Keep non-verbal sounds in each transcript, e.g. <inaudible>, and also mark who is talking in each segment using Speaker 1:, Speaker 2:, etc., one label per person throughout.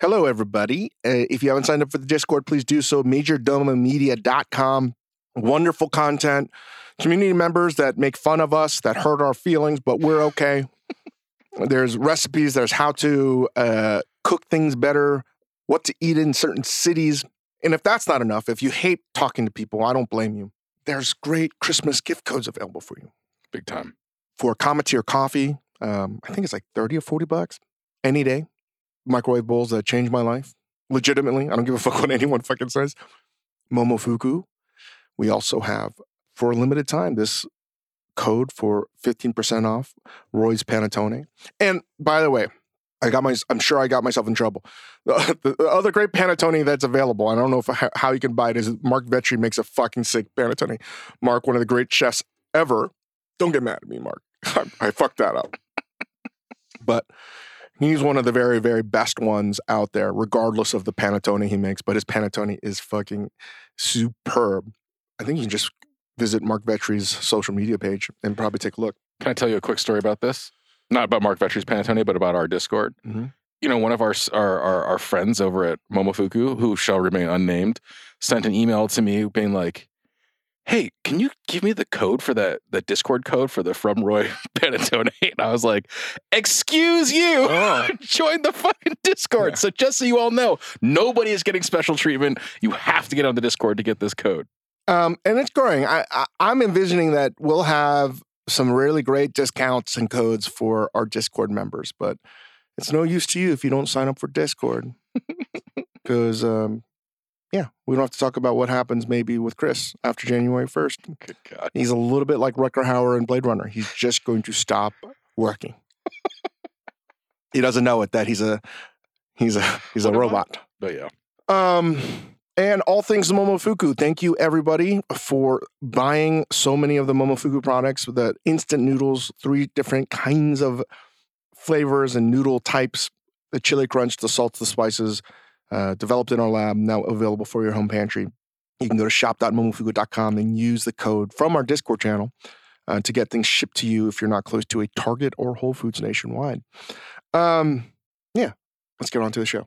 Speaker 1: Hello, everybody. Uh, if you haven't signed up for the Discord, please do so. MajorDomaMedia.com. Wonderful content. Community members that make fun of us, that hurt our feelings, but we're
Speaker 2: <laughs>
Speaker 1: okay. there's recipes, there's how to uh, cook things better, what to eat in certain cities. And if that's not enough, if you hate talking to people, I don't blame you. There's great Christmas gift codes available for you.
Speaker 2: Big time.
Speaker 1: For Cometeer coffee, um, I think it's like 30 or 40 bucks any day microwave bowls that changed my life. Legitimately, I don't give a fuck what anyone fucking says. Momofuku. We also have, for a limited time, this code for 15% off Roy's Panettone. And by the way, I got my, I'm sure I got myself in trouble. The, the other great panettone that's available, I don't know if, how you can buy it, is Mark Vetri makes a fucking sick panettone. Mark, one of the great chefs ever. Don't get mad at me, Mark. <laughs> I, I fucked that up. but He's one of the very, very best ones out there, regardless of the panettone he makes. But his panettone is fucking superb. I think you can just visit Mark Vetri's social media page and probably take a look.
Speaker 2: Can I tell you a quick story about this? Not about Mark Vetri's Panettone, but about our Discord.
Speaker 1: Mhm.
Speaker 2: You know, one of our, our our our friends over at Momofuku, who shall remain unnamed, sent an email to me being like, "Hey, can you give me the code for that the Discord code for the From Roy <laughs> Panettone?" And I was like, "Excuse you." <laughs>
Speaker 1: Oh,
Speaker 2: Join the fucking Discord.
Speaker 1: Yeah.
Speaker 2: So just so you all know, nobody is getting special treatment. You have to get on the Discord to get this code.
Speaker 1: um, and it's growing. I, I, I'm envisioning that we'll have some really great discounts and codes for our Discord members, but it's no use to you if you don't sign up for Discord. Because, um, yeah, we don't have to talk about what happens maybe with Chris after January 1st.
Speaker 2: Good God.
Speaker 1: He's a little bit like Rutger Hauer in Blade Runner. He's just going to stop working. he doesn't know it that he's a he's a he's a
Speaker 2: What am I?
Speaker 1: robot.
Speaker 2: But yeah.
Speaker 1: Um and all things Momofuku. Thank you everybody for buying so many of the Momofuku products with the instant noodles, three different kinds of flavors and noodle types, the chili crunch, the salts, the spices, uh, developed in our lab, now available for your home pantry. You can go to shop.momofuku.com and use the code from our Discord channel uh, to get things shipped to you if you're not close to a Target or Whole Foods nationwide. Um, yeah, let's get on to the show.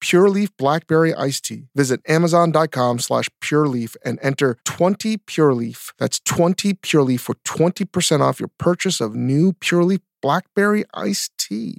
Speaker 1: Pure Leaf Blackberry Iced Tea. Visit Amazon.com slash Pure Leaf and enter 20 Pure Leaf. That's 20 Pure Leaf for 20% off your purchase of new Pure Leaf Blackberry Iced Tea.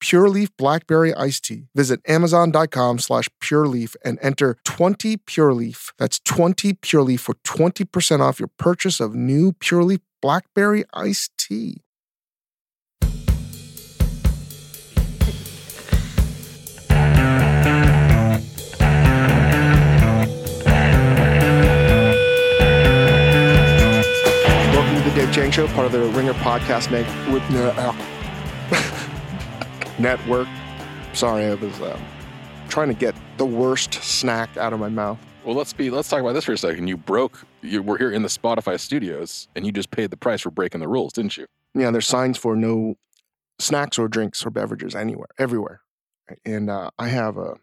Speaker 1: Pure Leaf Blackberry Iced Tea. Visit Amazon.com slash Pure Leaf and enter 20 Pure Leaf. That's 20 Pure Leaf for 20% off your purchase of new Pure Leaf Blackberry Iced Tea. Welcome to the Dave Chang Show, part of the Ringer Podcast Net- with- Network. Sorry, I was uh, trying to get the worst snack out of my mouth.
Speaker 2: Well, let's be let's talk about this for a second. You broke. You were here in the Spotify studios, and you just paid the price for breaking the rules, didn't you?
Speaker 1: Yeah, there's signs for no snacks or drinks or beverages anywhere, everywhere. And uh, I have a,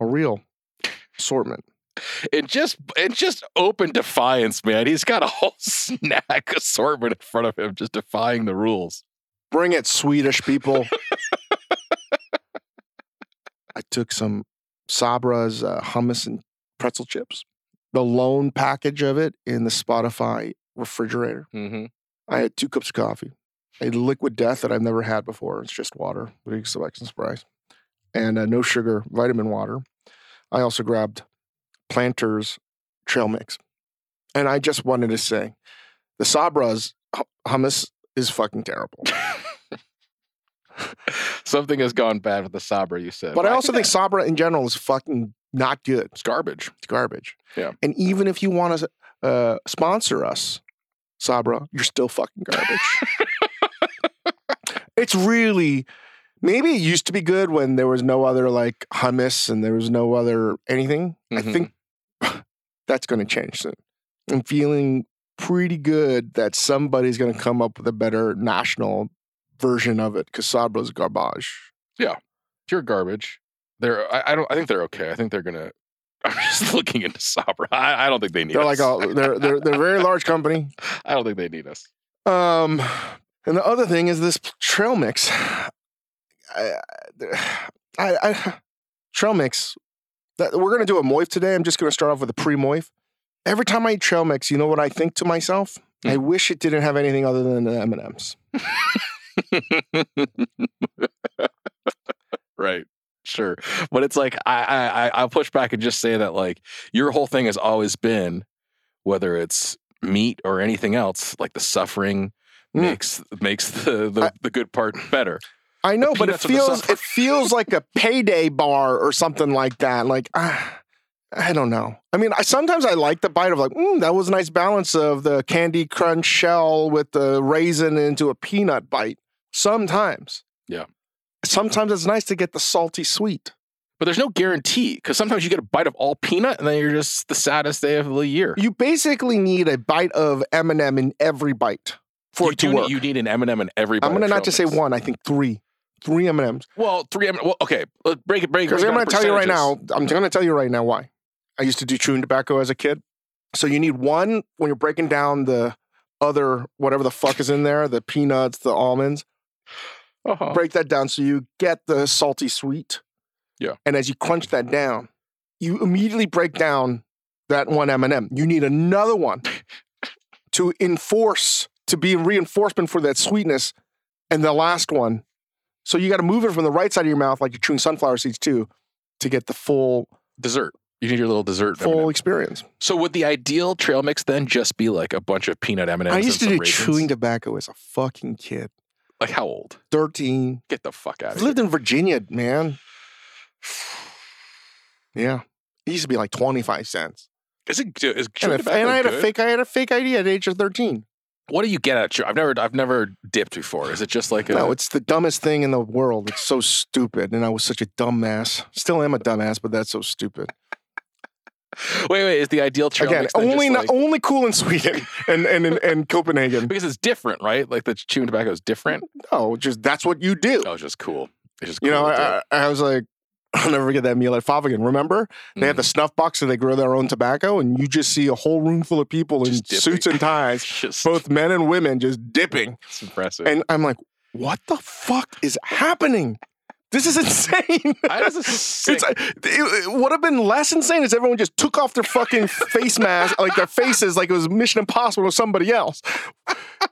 Speaker 1: a real assortment.
Speaker 2: It just it just open defiance, man. He's got a whole <laughs> snack assortment in front of him, just defying the rules.
Speaker 1: Bring it, Swedish people. I took some Sabra's uh, hummus and pretzel chips, the lone package of it in the Spotify refrigerator.
Speaker 2: Mm-hmm.
Speaker 1: I had two cups of coffee, a liquid death that I've never had before. It's just water, big selection surprise, and uh, no sugar, vitamin water. I also grabbed Planters Trail Mix. And I just wanted to say the Sabra's hu- hummus is fucking terrible.
Speaker 2: Something has gone bad with the Sabra, you said.
Speaker 1: But I
Speaker 2: Why
Speaker 1: also
Speaker 2: did
Speaker 1: think Sabra in general is fucking not good.
Speaker 2: that- it's garbage.
Speaker 1: It's garbage.
Speaker 2: Yeah.
Speaker 1: And even if you want to uh, sponsor us, Sabra, you're still fucking
Speaker 2: <laughs>
Speaker 1: garbage. it's really, maybe it used to be good when there was no other like hummus and there was no other anything. I
Speaker 2: Mhm.
Speaker 1: think <sighs> that's going to change soon. I'm feeling pretty good that somebody's going to come up with a better national version of it because Sabra's garbage.
Speaker 2: Pure garbage. They're I, I don't I think they're okay. I think they're gonna <laughs> I'm just looking into Sabra. I, I don't think they need
Speaker 1: They're like
Speaker 2: us.
Speaker 1: a they're they're they're a very large company.
Speaker 2: I don't think they need us.
Speaker 1: Um, and the other thing is this trail mix. I, I, I trail mix. That we're gonna do a moif today. I'm just gonna start off with a pre moif. Every time I eat trail mix, you know what I think to myself? I wish it didn't have anything other than the M and M's.
Speaker 2: right. Sure. But it's like I, I I- I'll push back and just say that like your whole thing has always been, whether it's meat or anything else, like the suffering
Speaker 1: Mm.
Speaker 2: makes makes the the,
Speaker 1: I-
Speaker 2: the good part better.
Speaker 1: I know, but it
Speaker 2: peanuts of the
Speaker 1: feels
Speaker 2: supper.
Speaker 1: it feels like a payday bar or something like that. Like ah, I don't know. I mean, I sometimes I like the bite of like mm, that was a nice balance of the candy crunch shell with the raisin into a peanut bite. Sometimes,
Speaker 2: Yeah.
Speaker 1: Sometimes it's nice to get the salty sweet.
Speaker 2: But there's no guarantee because sometimes you get a bite of all peanut and then you're just the saddest day of the year.
Speaker 1: You basically need a bite of M and m in every bite for
Speaker 2: you,
Speaker 1: it to
Speaker 2: do
Speaker 1: work.
Speaker 2: Need, you need an M&M in every. bite
Speaker 1: I'm
Speaker 2: of
Speaker 1: gonna not
Speaker 2: trail
Speaker 1: just say
Speaker 2: mix.
Speaker 1: one. I think three, three M and M's.
Speaker 2: Well, three M. Well, okay, let's break it. Break it.
Speaker 1: Because
Speaker 2: break
Speaker 1: I'm
Speaker 2: it
Speaker 1: going
Speaker 2: down
Speaker 1: to tell you right
Speaker 2: percentages. Mm-hmm.
Speaker 1: now, I'm going to tell you right now why. I used to do chewing tobacco as a kid. So you need one when you're breaking down the other, whatever the fuck is in there, the peanuts, the almonds.
Speaker 2: Uh-huh.
Speaker 1: Break that down so you get the salty sweet.
Speaker 2: Yeah.
Speaker 1: And as you crunch that down, you immediately break down that one M&M. You need another one to enforce, to be reinforcement for that sweetness. And the last one. So you got to move it from the right side of your mouth, like you're chewing sunflower seeds too, to get the full
Speaker 2: dessert. You need your little dessert.
Speaker 1: full
Speaker 2: M&M.
Speaker 1: experience.
Speaker 2: So would the ideal trail mix then just be like a bunch of peanut M and M's?
Speaker 1: I used to do chewing tobacco as a fucking kid.
Speaker 2: Like how old?
Speaker 1: 13.
Speaker 2: Get the fuck out
Speaker 1: I've
Speaker 2: of here.
Speaker 1: lived in Virginia, man. Yeah. It used to be like 25 cents.
Speaker 2: Is it good? Is
Speaker 1: And,
Speaker 2: chewing
Speaker 1: a-
Speaker 2: tobacco
Speaker 1: and I had a
Speaker 2: good?
Speaker 1: fake I had a fake ID at the age of 13.
Speaker 2: What do you get at chew? I've never I've never dipped before. Is it just like a
Speaker 1: No, it's the dumbest thing in the world. It's so stupid. And I was such a dumbass. Still am a dumbass, but that's so stupid.
Speaker 2: wait wait? Is the ideal trail
Speaker 1: Again,
Speaker 2: mix then
Speaker 1: only
Speaker 2: just
Speaker 1: no-
Speaker 2: like-
Speaker 1: only cool in <laughs> Sweden and and, and, and
Speaker 2: <laughs>
Speaker 1: Copenhagen.
Speaker 2: because it's different, right? Like the chewing tobacco is different.
Speaker 1: No, just that's what you do.
Speaker 2: Oh, it's just cool. It's just
Speaker 1: You know,
Speaker 2: cool to do.
Speaker 1: I, I I was like, <laughs> I'll never forget that meal at Favagan. Remember, they had the
Speaker 2: Mm.
Speaker 1: snuff box and they grow their own tobacco, and you just see a whole room full of people in
Speaker 2: Just dipping.
Speaker 1: suits and
Speaker 2: <laughs> It's
Speaker 1: ties,
Speaker 2: just
Speaker 1: both men and women, just dipping.
Speaker 2: <laughs> it's impressive.
Speaker 1: And I'm like, what the fuck is happening? This is <laughs> insane.
Speaker 2: I was a
Speaker 1: <laughs>
Speaker 2: sick
Speaker 1: It's, it, it would have been less insane if everyone just took off their fucking face mask, like their faces, like it was Mission Impossible with somebody else.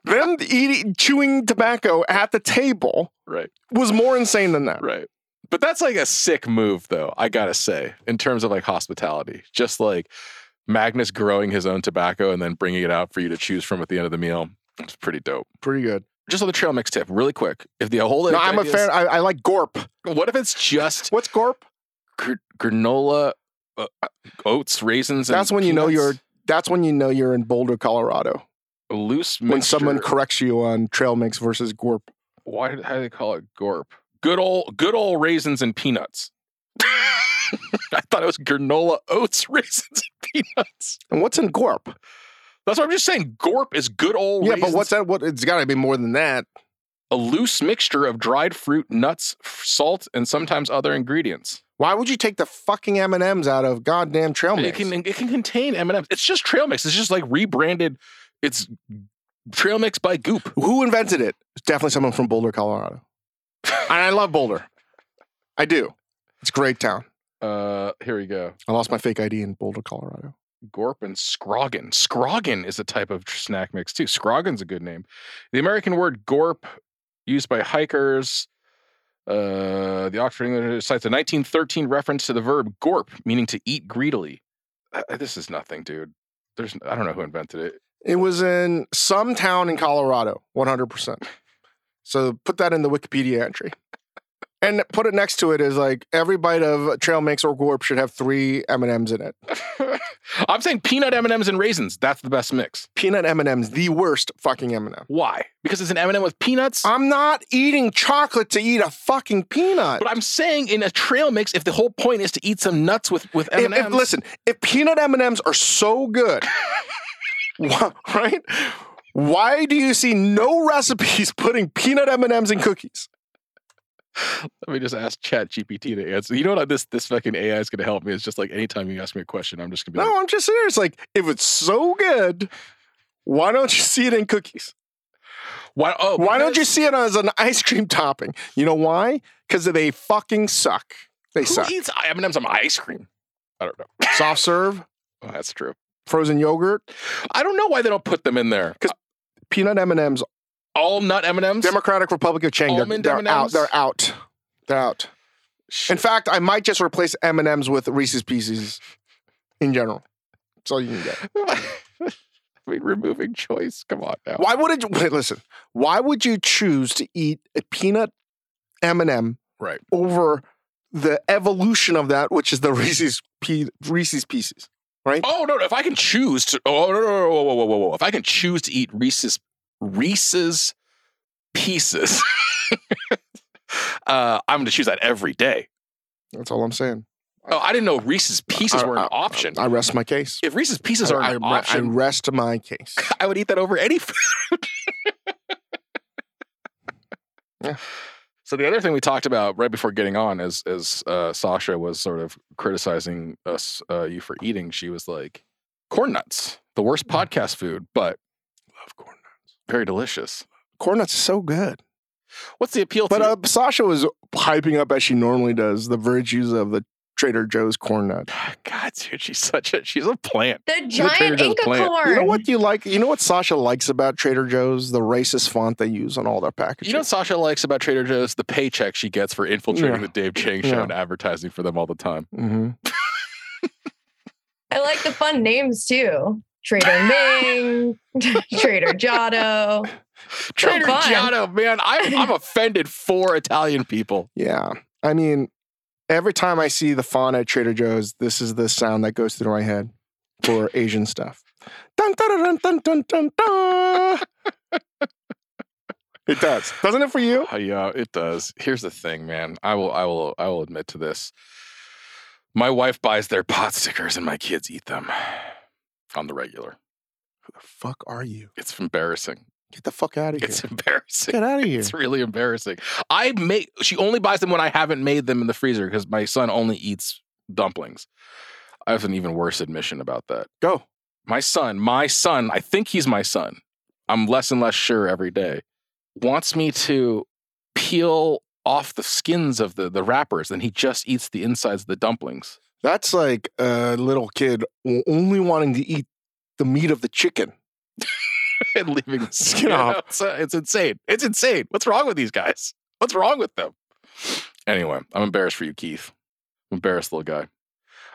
Speaker 1: Them eating, chewing tobacco at the table
Speaker 2: right,
Speaker 1: was more insane than that.
Speaker 2: right. But that's like a sick move, though. I gotta say, in terms of like hospitality, just like Magnus growing his own tobacco and then bringing it out for you to choose from at the end of the meal. It's pretty dope.
Speaker 1: Pretty good.
Speaker 2: Just on the trail mix tip, really quick. If the whole
Speaker 1: No, I'm a fan. I, I like Gorp.
Speaker 2: What if it's just
Speaker 1: What's Gorp?
Speaker 2: gr- granola, uh, oats, raisins? and
Speaker 1: That's when you know
Speaker 2: peanuts?
Speaker 1: That's when you know you're in Boulder, Colorado.
Speaker 2: A loose.
Speaker 1: When someone
Speaker 2: mixture.
Speaker 1: corrects you on trail mix versus Gorp.
Speaker 2: why did how do they call it gorp? Good old good old raisins and peanuts. <laughs> I thought it was granola oats, <laughs> raisins, and peanuts.
Speaker 1: And what's in Gorp?
Speaker 2: That's what I'm just saying. Gorp is good old
Speaker 1: yeah,
Speaker 2: raisins,
Speaker 1: but what's that? What it's got to be more than that.
Speaker 2: a loose mixture of dried fruit, nuts, f- salt, and sometimes other ingredients.
Speaker 1: Why would you take the fucking M and M's out of goddamn trail
Speaker 2: It
Speaker 1: mix?
Speaker 2: can it can contain M&Ms. It's just trail mix. It's just like rebranded. It's trail mix by Goop.
Speaker 1: Who invented it? It's definitely someone from Boulder, Colorado. and I love Boulder. I do. It's a great town.
Speaker 2: Uh, here we go.
Speaker 1: I lost my fake ID in Boulder, Colorado.
Speaker 2: Gorp and Scroggin. Scroggin is a type of tr- snack mix too. Scroggin's a good name. The American word gorp, used by hikers, uh, the Oxford English cites a 1913 reference to the verb gorp, meaning to eat greedily. Uh, this is nothing, dude. There's I don't know who invented it.
Speaker 1: It was in some town in Colorado. One hundred percent. So put that in the Wikipedia entry. And put it next to it is like every bite of trail mix or gorp should have three M and M's in it.
Speaker 2: I'm saying peanut M&Ms and raisins. That's the best mix.
Speaker 1: Peanut M and M's, the worst fucking M and M.
Speaker 2: Why? Because it's an M&M with peanuts.
Speaker 1: I'm not eating chocolate to eat a fucking peanut.
Speaker 2: but I'm saying in a trail mix, if the whole point is to eat some nuts with with
Speaker 1: If-
Speaker 2: M&Ms,
Speaker 1: if- listen, if peanut M and M's are so good, <laughs> why, right? Why do you see no <laughs> recipes putting peanut M and M's in cookies?
Speaker 2: let me just ask Chat GPT to answer. You know what? This this fucking AI is going to help me. It's just like anytime you ask me a question, I'm just going to be like,
Speaker 1: No, I'm just serious. Like, if it's so good, why don't you see it in cookies?
Speaker 2: why? Oh,
Speaker 1: Why don't you
Speaker 2: because-
Speaker 1: see it as an ice cream topping? You know why? Because they fucking suck. They
Speaker 2: Who <laughs>
Speaker 1: suck.
Speaker 2: eats M&Ms on ice cream? I don't know.
Speaker 1: Soft serve,
Speaker 2: Oh, that's true.
Speaker 1: frozen yogurt,
Speaker 2: I don't know why they don't put them in there.
Speaker 1: 'Cause- peanut M and M's,
Speaker 2: All nut M&Ms. <laughs>
Speaker 1: Democratic Republic of Chang. They're,
Speaker 2: Almond
Speaker 1: they're
Speaker 2: M&Ms?
Speaker 1: out. They're out. They're out. In
Speaker 2: <laughs> Shit.
Speaker 1: fact, I might just replace M and M's with Reese's Pieces in general. That's all you can get.
Speaker 2: I mean, removing choice. Come on now.
Speaker 1: Why would you wait, listen? Why would you choose to eat a peanut M and M
Speaker 2: Right.
Speaker 1: over the evolution of that, which is the Reese's Pie- Reese's Pieces?
Speaker 2: Oh no! no, If I can choose to, oh no, no, no, whoa, whoa, whoa, whoa, whoa! If I can choose to eat Reese's Reese's pieces, <laughs> uh, I'm going to choose that every day.
Speaker 1: That's all I'm saying.
Speaker 2: Oh, I didn't know Reese's pieces
Speaker 1: I-
Speaker 2: were
Speaker 1: I-
Speaker 2: an option.
Speaker 1: I rest my case.
Speaker 2: If Reese's pieces are
Speaker 1: I,
Speaker 2: an
Speaker 1: I- I
Speaker 2: option,
Speaker 1: rest my case.
Speaker 2: I would eat that over any food. <laughs>
Speaker 1: Yeah.
Speaker 2: So the other thing we talked about right before getting on is, is uh, Sasha was sort of criticizing us, uh, you for eating. She was like, "Corn nuts, the worst podcast food, but
Speaker 1: Love corn nuts.
Speaker 2: very delicious."
Speaker 1: Corn nuts is so good.
Speaker 2: What's the appeal
Speaker 1: But
Speaker 2: to?
Speaker 1: uh, Sasha was hyping up as she normally does the virtues of the Trader Joe's corn nut.
Speaker 2: you? <sighs> God, dude, she's such a she's a plant.
Speaker 3: They're
Speaker 2: Trader
Speaker 3: giant
Speaker 2: Joe's
Speaker 3: Inca
Speaker 2: plant.
Speaker 3: corn.
Speaker 1: You know what you like? You know what Sasha likes about Trader Joe's? The racist font they use on all their packaging.
Speaker 2: You know what Sasha likes about Trader Joe's? The paycheck she gets for infiltrating
Speaker 1: Yeah.
Speaker 2: the Dave Chang show
Speaker 1: Yeah.
Speaker 2: and advertising for them all the time.
Speaker 1: hmm
Speaker 3: I like the fun names too. Trader Ming, <laughs>
Speaker 1: <laughs>
Speaker 3: Trader Giotto.
Speaker 2: Trader
Speaker 3: fun.
Speaker 2: Giotto, man, I'm, I'm offended for Italian people.
Speaker 1: Yeah. I mean, every time I see the font at Trader Joe's, this is the sound that goes through my head <laughs> for Asian stuff. Dun, dun, dun, dun, dun, dun, dun. it does, doesn't it for you?
Speaker 2: Uh, yeah, it does. Here's the thing, man. I will, I will, I will admit to this. My wife buys their pot stickers, and my kids eat them on the regular.
Speaker 1: Who the fuck are you?
Speaker 2: It's embarrassing.
Speaker 1: Get the fuck out of here.
Speaker 2: It's <laughs> embarrassing.
Speaker 1: Get out of here.
Speaker 2: It's really embarrassing. I make. She only buys them when I haven't made them in the freezer because my son only eats dumplings. I have an even worse admission about that.
Speaker 1: Go.
Speaker 2: my son, my son, I think he's my son. I'm less and less sure every day. Wants me to peel off the skins of the the wrappers, and he just eats the insides of the dumplings.
Speaker 1: That's like a little kid o- only wanting to eat the meat of the chicken.
Speaker 2: <laughs> and leaving the
Speaker 1: Skin off.
Speaker 2: It's, uh, it's insane. It's insane. What's wrong with these guys? What's wrong with them? Anyway, I'm embarrassed for you, Keith. I'm embarrassed, little guy.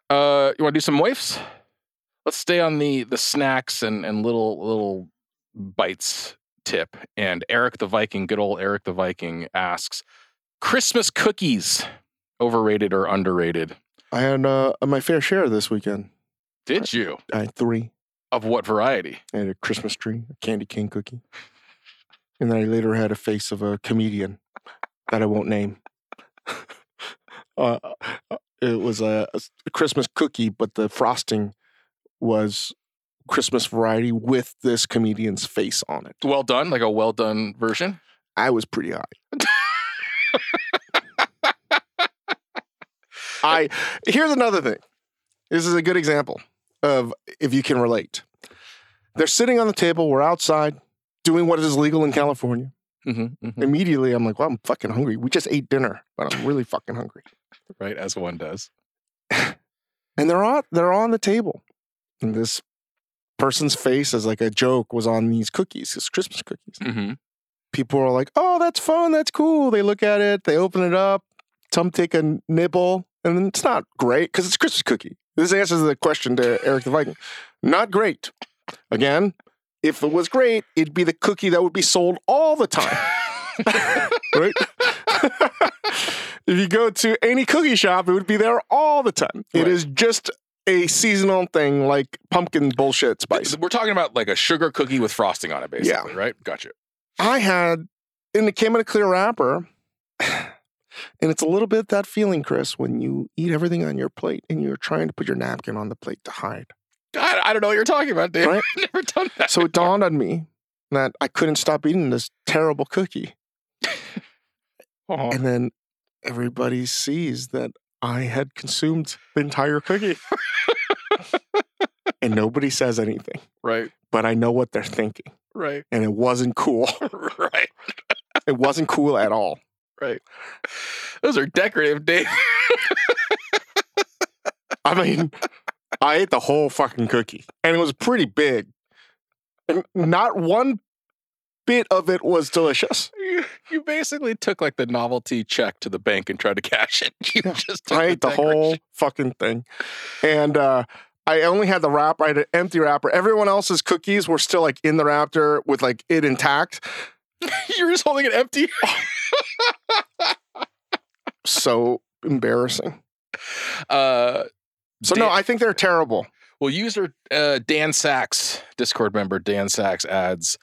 Speaker 2: Uh, you want to do some waifs? Let's stay on the the snacks and and little little bites tip. And Eric the Viking, good old Eric the Viking, asks: Christmas cookies, overrated or underrated?
Speaker 1: I had uh, my fair share this weekend.
Speaker 2: Did you?
Speaker 1: I had three.
Speaker 2: Of what variety?
Speaker 1: I had a Christmas tree, a candy cane cookie. And then I later had a face of a comedian that I won't name. <laughs> uh, it was a, a s- a Christmas cookie, but the frosting was Christmas variety with this comedian's face on it.
Speaker 2: Well done, like a well done version.
Speaker 1: I was pretty high. I here's another thing. This is a good example of if you can relate. They're sitting on the table. We're outside doing what is legal in California.
Speaker 2: Mm-hmm, mm-hmm.
Speaker 1: Immediately, I'm like, "Well, I'm fucking hungry. We just ate dinner, but I'm really fucking hungry."
Speaker 2: Right as one does.
Speaker 1: And they're on they're on the table, and this person's face is like a joke was on these cookies, these Christmas cookies.
Speaker 2: Mm-hmm.
Speaker 1: people are like, "Oh, that's fun. That's cool." They look at it, they open it up, some take a nibble, and then it's not great because it's Christmas cookie. This answers the question to Eric the Viking. Not great. Again, if it was great, it'd be the cookie that would be sold all the time. right? <laughs> if you go to any cookie shop, it would be there all the time. It
Speaker 2: Right.
Speaker 1: is just a seasonal thing like pumpkin bullshit spice.
Speaker 2: We're talking about like a sugar cookie with frosting on it, basically, right? Gotcha.
Speaker 1: I had, and it came in a clear wrapper. And it's a little bit that feeling, Chris, when you eat everything on your plate and you're trying to put your napkin on the plate to hide.
Speaker 2: I, I don't know what you're talking about, dude.
Speaker 1: Right.
Speaker 2: I've <laughs> never done that.
Speaker 1: So it dawned on me that I couldn't stop eating this terrible cookie.
Speaker 2: Aw.
Speaker 1: And then everybody sees that I had consumed the entire cookie. and nobody says anything,
Speaker 2: Right,
Speaker 1: but I know what they're thinking.
Speaker 2: right, <laughs>
Speaker 1: And it wasn't cool. <laughs>
Speaker 2: right,
Speaker 1: It wasn't cool at all.
Speaker 2: right. Those are decorative, Dave. <laughs>
Speaker 1: <laughs> I mean, I ate the whole fucking cookie and it was pretty big. And not one bit of it was <laughs> delicious.
Speaker 2: You, you basically took like the novelty check to the bank and tried to <laughs> cash it. You
Speaker 1: Yeah.
Speaker 2: just took
Speaker 1: I ate the whole
Speaker 2: decoration.
Speaker 1: fucking thing. And uh, I only had the wrapper. I had an empty wrapper. Everyone else's cookies were still like in the wrapper with like it intact.
Speaker 2: <laughs> you were just holding it empty.
Speaker 1: So embarrassing.
Speaker 2: <laughs> Uh,
Speaker 1: So
Speaker 2: Dan-
Speaker 1: no, I think they're terrible.
Speaker 2: Well, user uh, Dan Sachs, Discord member Dan Sachs adds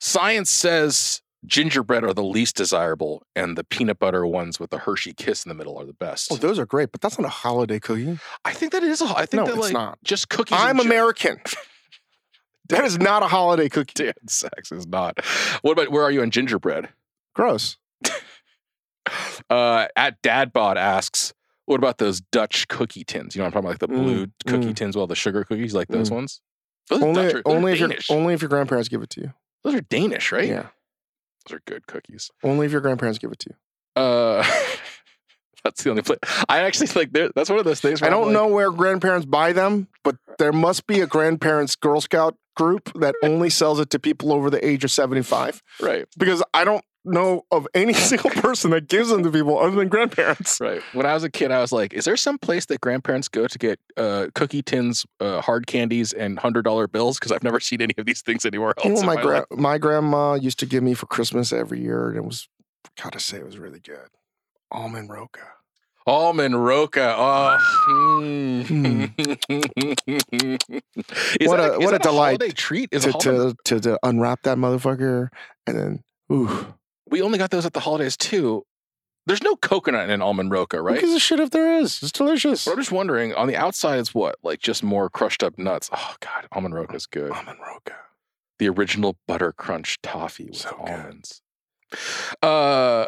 Speaker 2: Science says gingerbread are the least desirable, and the peanut butter ones with the Hershey kiss in the middle are the best.
Speaker 1: Oh, those are great, but that's not a holiday cookie.
Speaker 2: I think that is a, I think
Speaker 1: No,
Speaker 2: that
Speaker 1: it's
Speaker 2: like
Speaker 1: not.
Speaker 2: just cookies.
Speaker 1: I'm <laughs>
Speaker 2: and
Speaker 1: American. that is not a holiday cookie.
Speaker 2: gin- <laughs> Dan Sachs is not. What about where are you on gingerbread? <sighs>
Speaker 1: Gross.
Speaker 2: Uh, at Dadbot asks, what about those Dutch cookie tins? You know, what I'm talking about like the
Speaker 1: Mm,
Speaker 2: blue cookie
Speaker 1: mm.
Speaker 2: tins, well, the sugar cookies, like those
Speaker 1: Mm.
Speaker 2: ones. Those
Speaker 1: Only,
Speaker 2: Dutch are- those are
Speaker 1: only if your
Speaker 2: Danish.
Speaker 1: only if your grandparents give it to you.
Speaker 2: those are Danish, right?
Speaker 1: Yeah.
Speaker 2: those are good cookies.
Speaker 1: Only if your grandparents give it to you.
Speaker 2: Uh, <laughs> that's the only place. I actually like. there- That's one of those things.
Speaker 1: I
Speaker 2: where I'm
Speaker 1: don't
Speaker 2: like,
Speaker 1: know where grandparents buy them, but there must be a grandparents Girl Scout group that only sells it to people over the age of 75
Speaker 2: Right,
Speaker 1: because I don't know of any <laughs> single person that gives them to people other than grandparents.
Speaker 2: right. When I was a kid, I was like, "Is there some place that grandparents go to get uh, cookie tins, uh, hard candies, and hundred dollar bills?" Because I've never seen any of these things anywhere else.
Speaker 1: You know what
Speaker 2: in
Speaker 1: Oh my
Speaker 2: my
Speaker 1: gra-
Speaker 2: life.
Speaker 1: my grandma used to give me for Christmas every year and it was gotta say it was really good. Almond roca.
Speaker 2: almond roca. Oh, mm.
Speaker 1: Hmm.
Speaker 2: <laughs> Is
Speaker 1: What
Speaker 2: that
Speaker 1: a- what
Speaker 2: is
Speaker 1: a
Speaker 2: that
Speaker 1: delight
Speaker 2: holiday treat. Is
Speaker 1: To,
Speaker 2: a holiday-
Speaker 1: to, to to unwrap that motherfucker and then ooh.
Speaker 2: we only got those at the holidays too. There's no coconut in an almond roca, right?
Speaker 1: Who gives a shit if there is? It's delicious.
Speaker 2: But I'm just wondering, on the outside, it's what? Like just more crushed up nuts. Oh, God. Almond roca is good.
Speaker 1: Almond roca.
Speaker 2: The original butter crunch toffee with
Speaker 1: So good.
Speaker 2: almonds. Uh,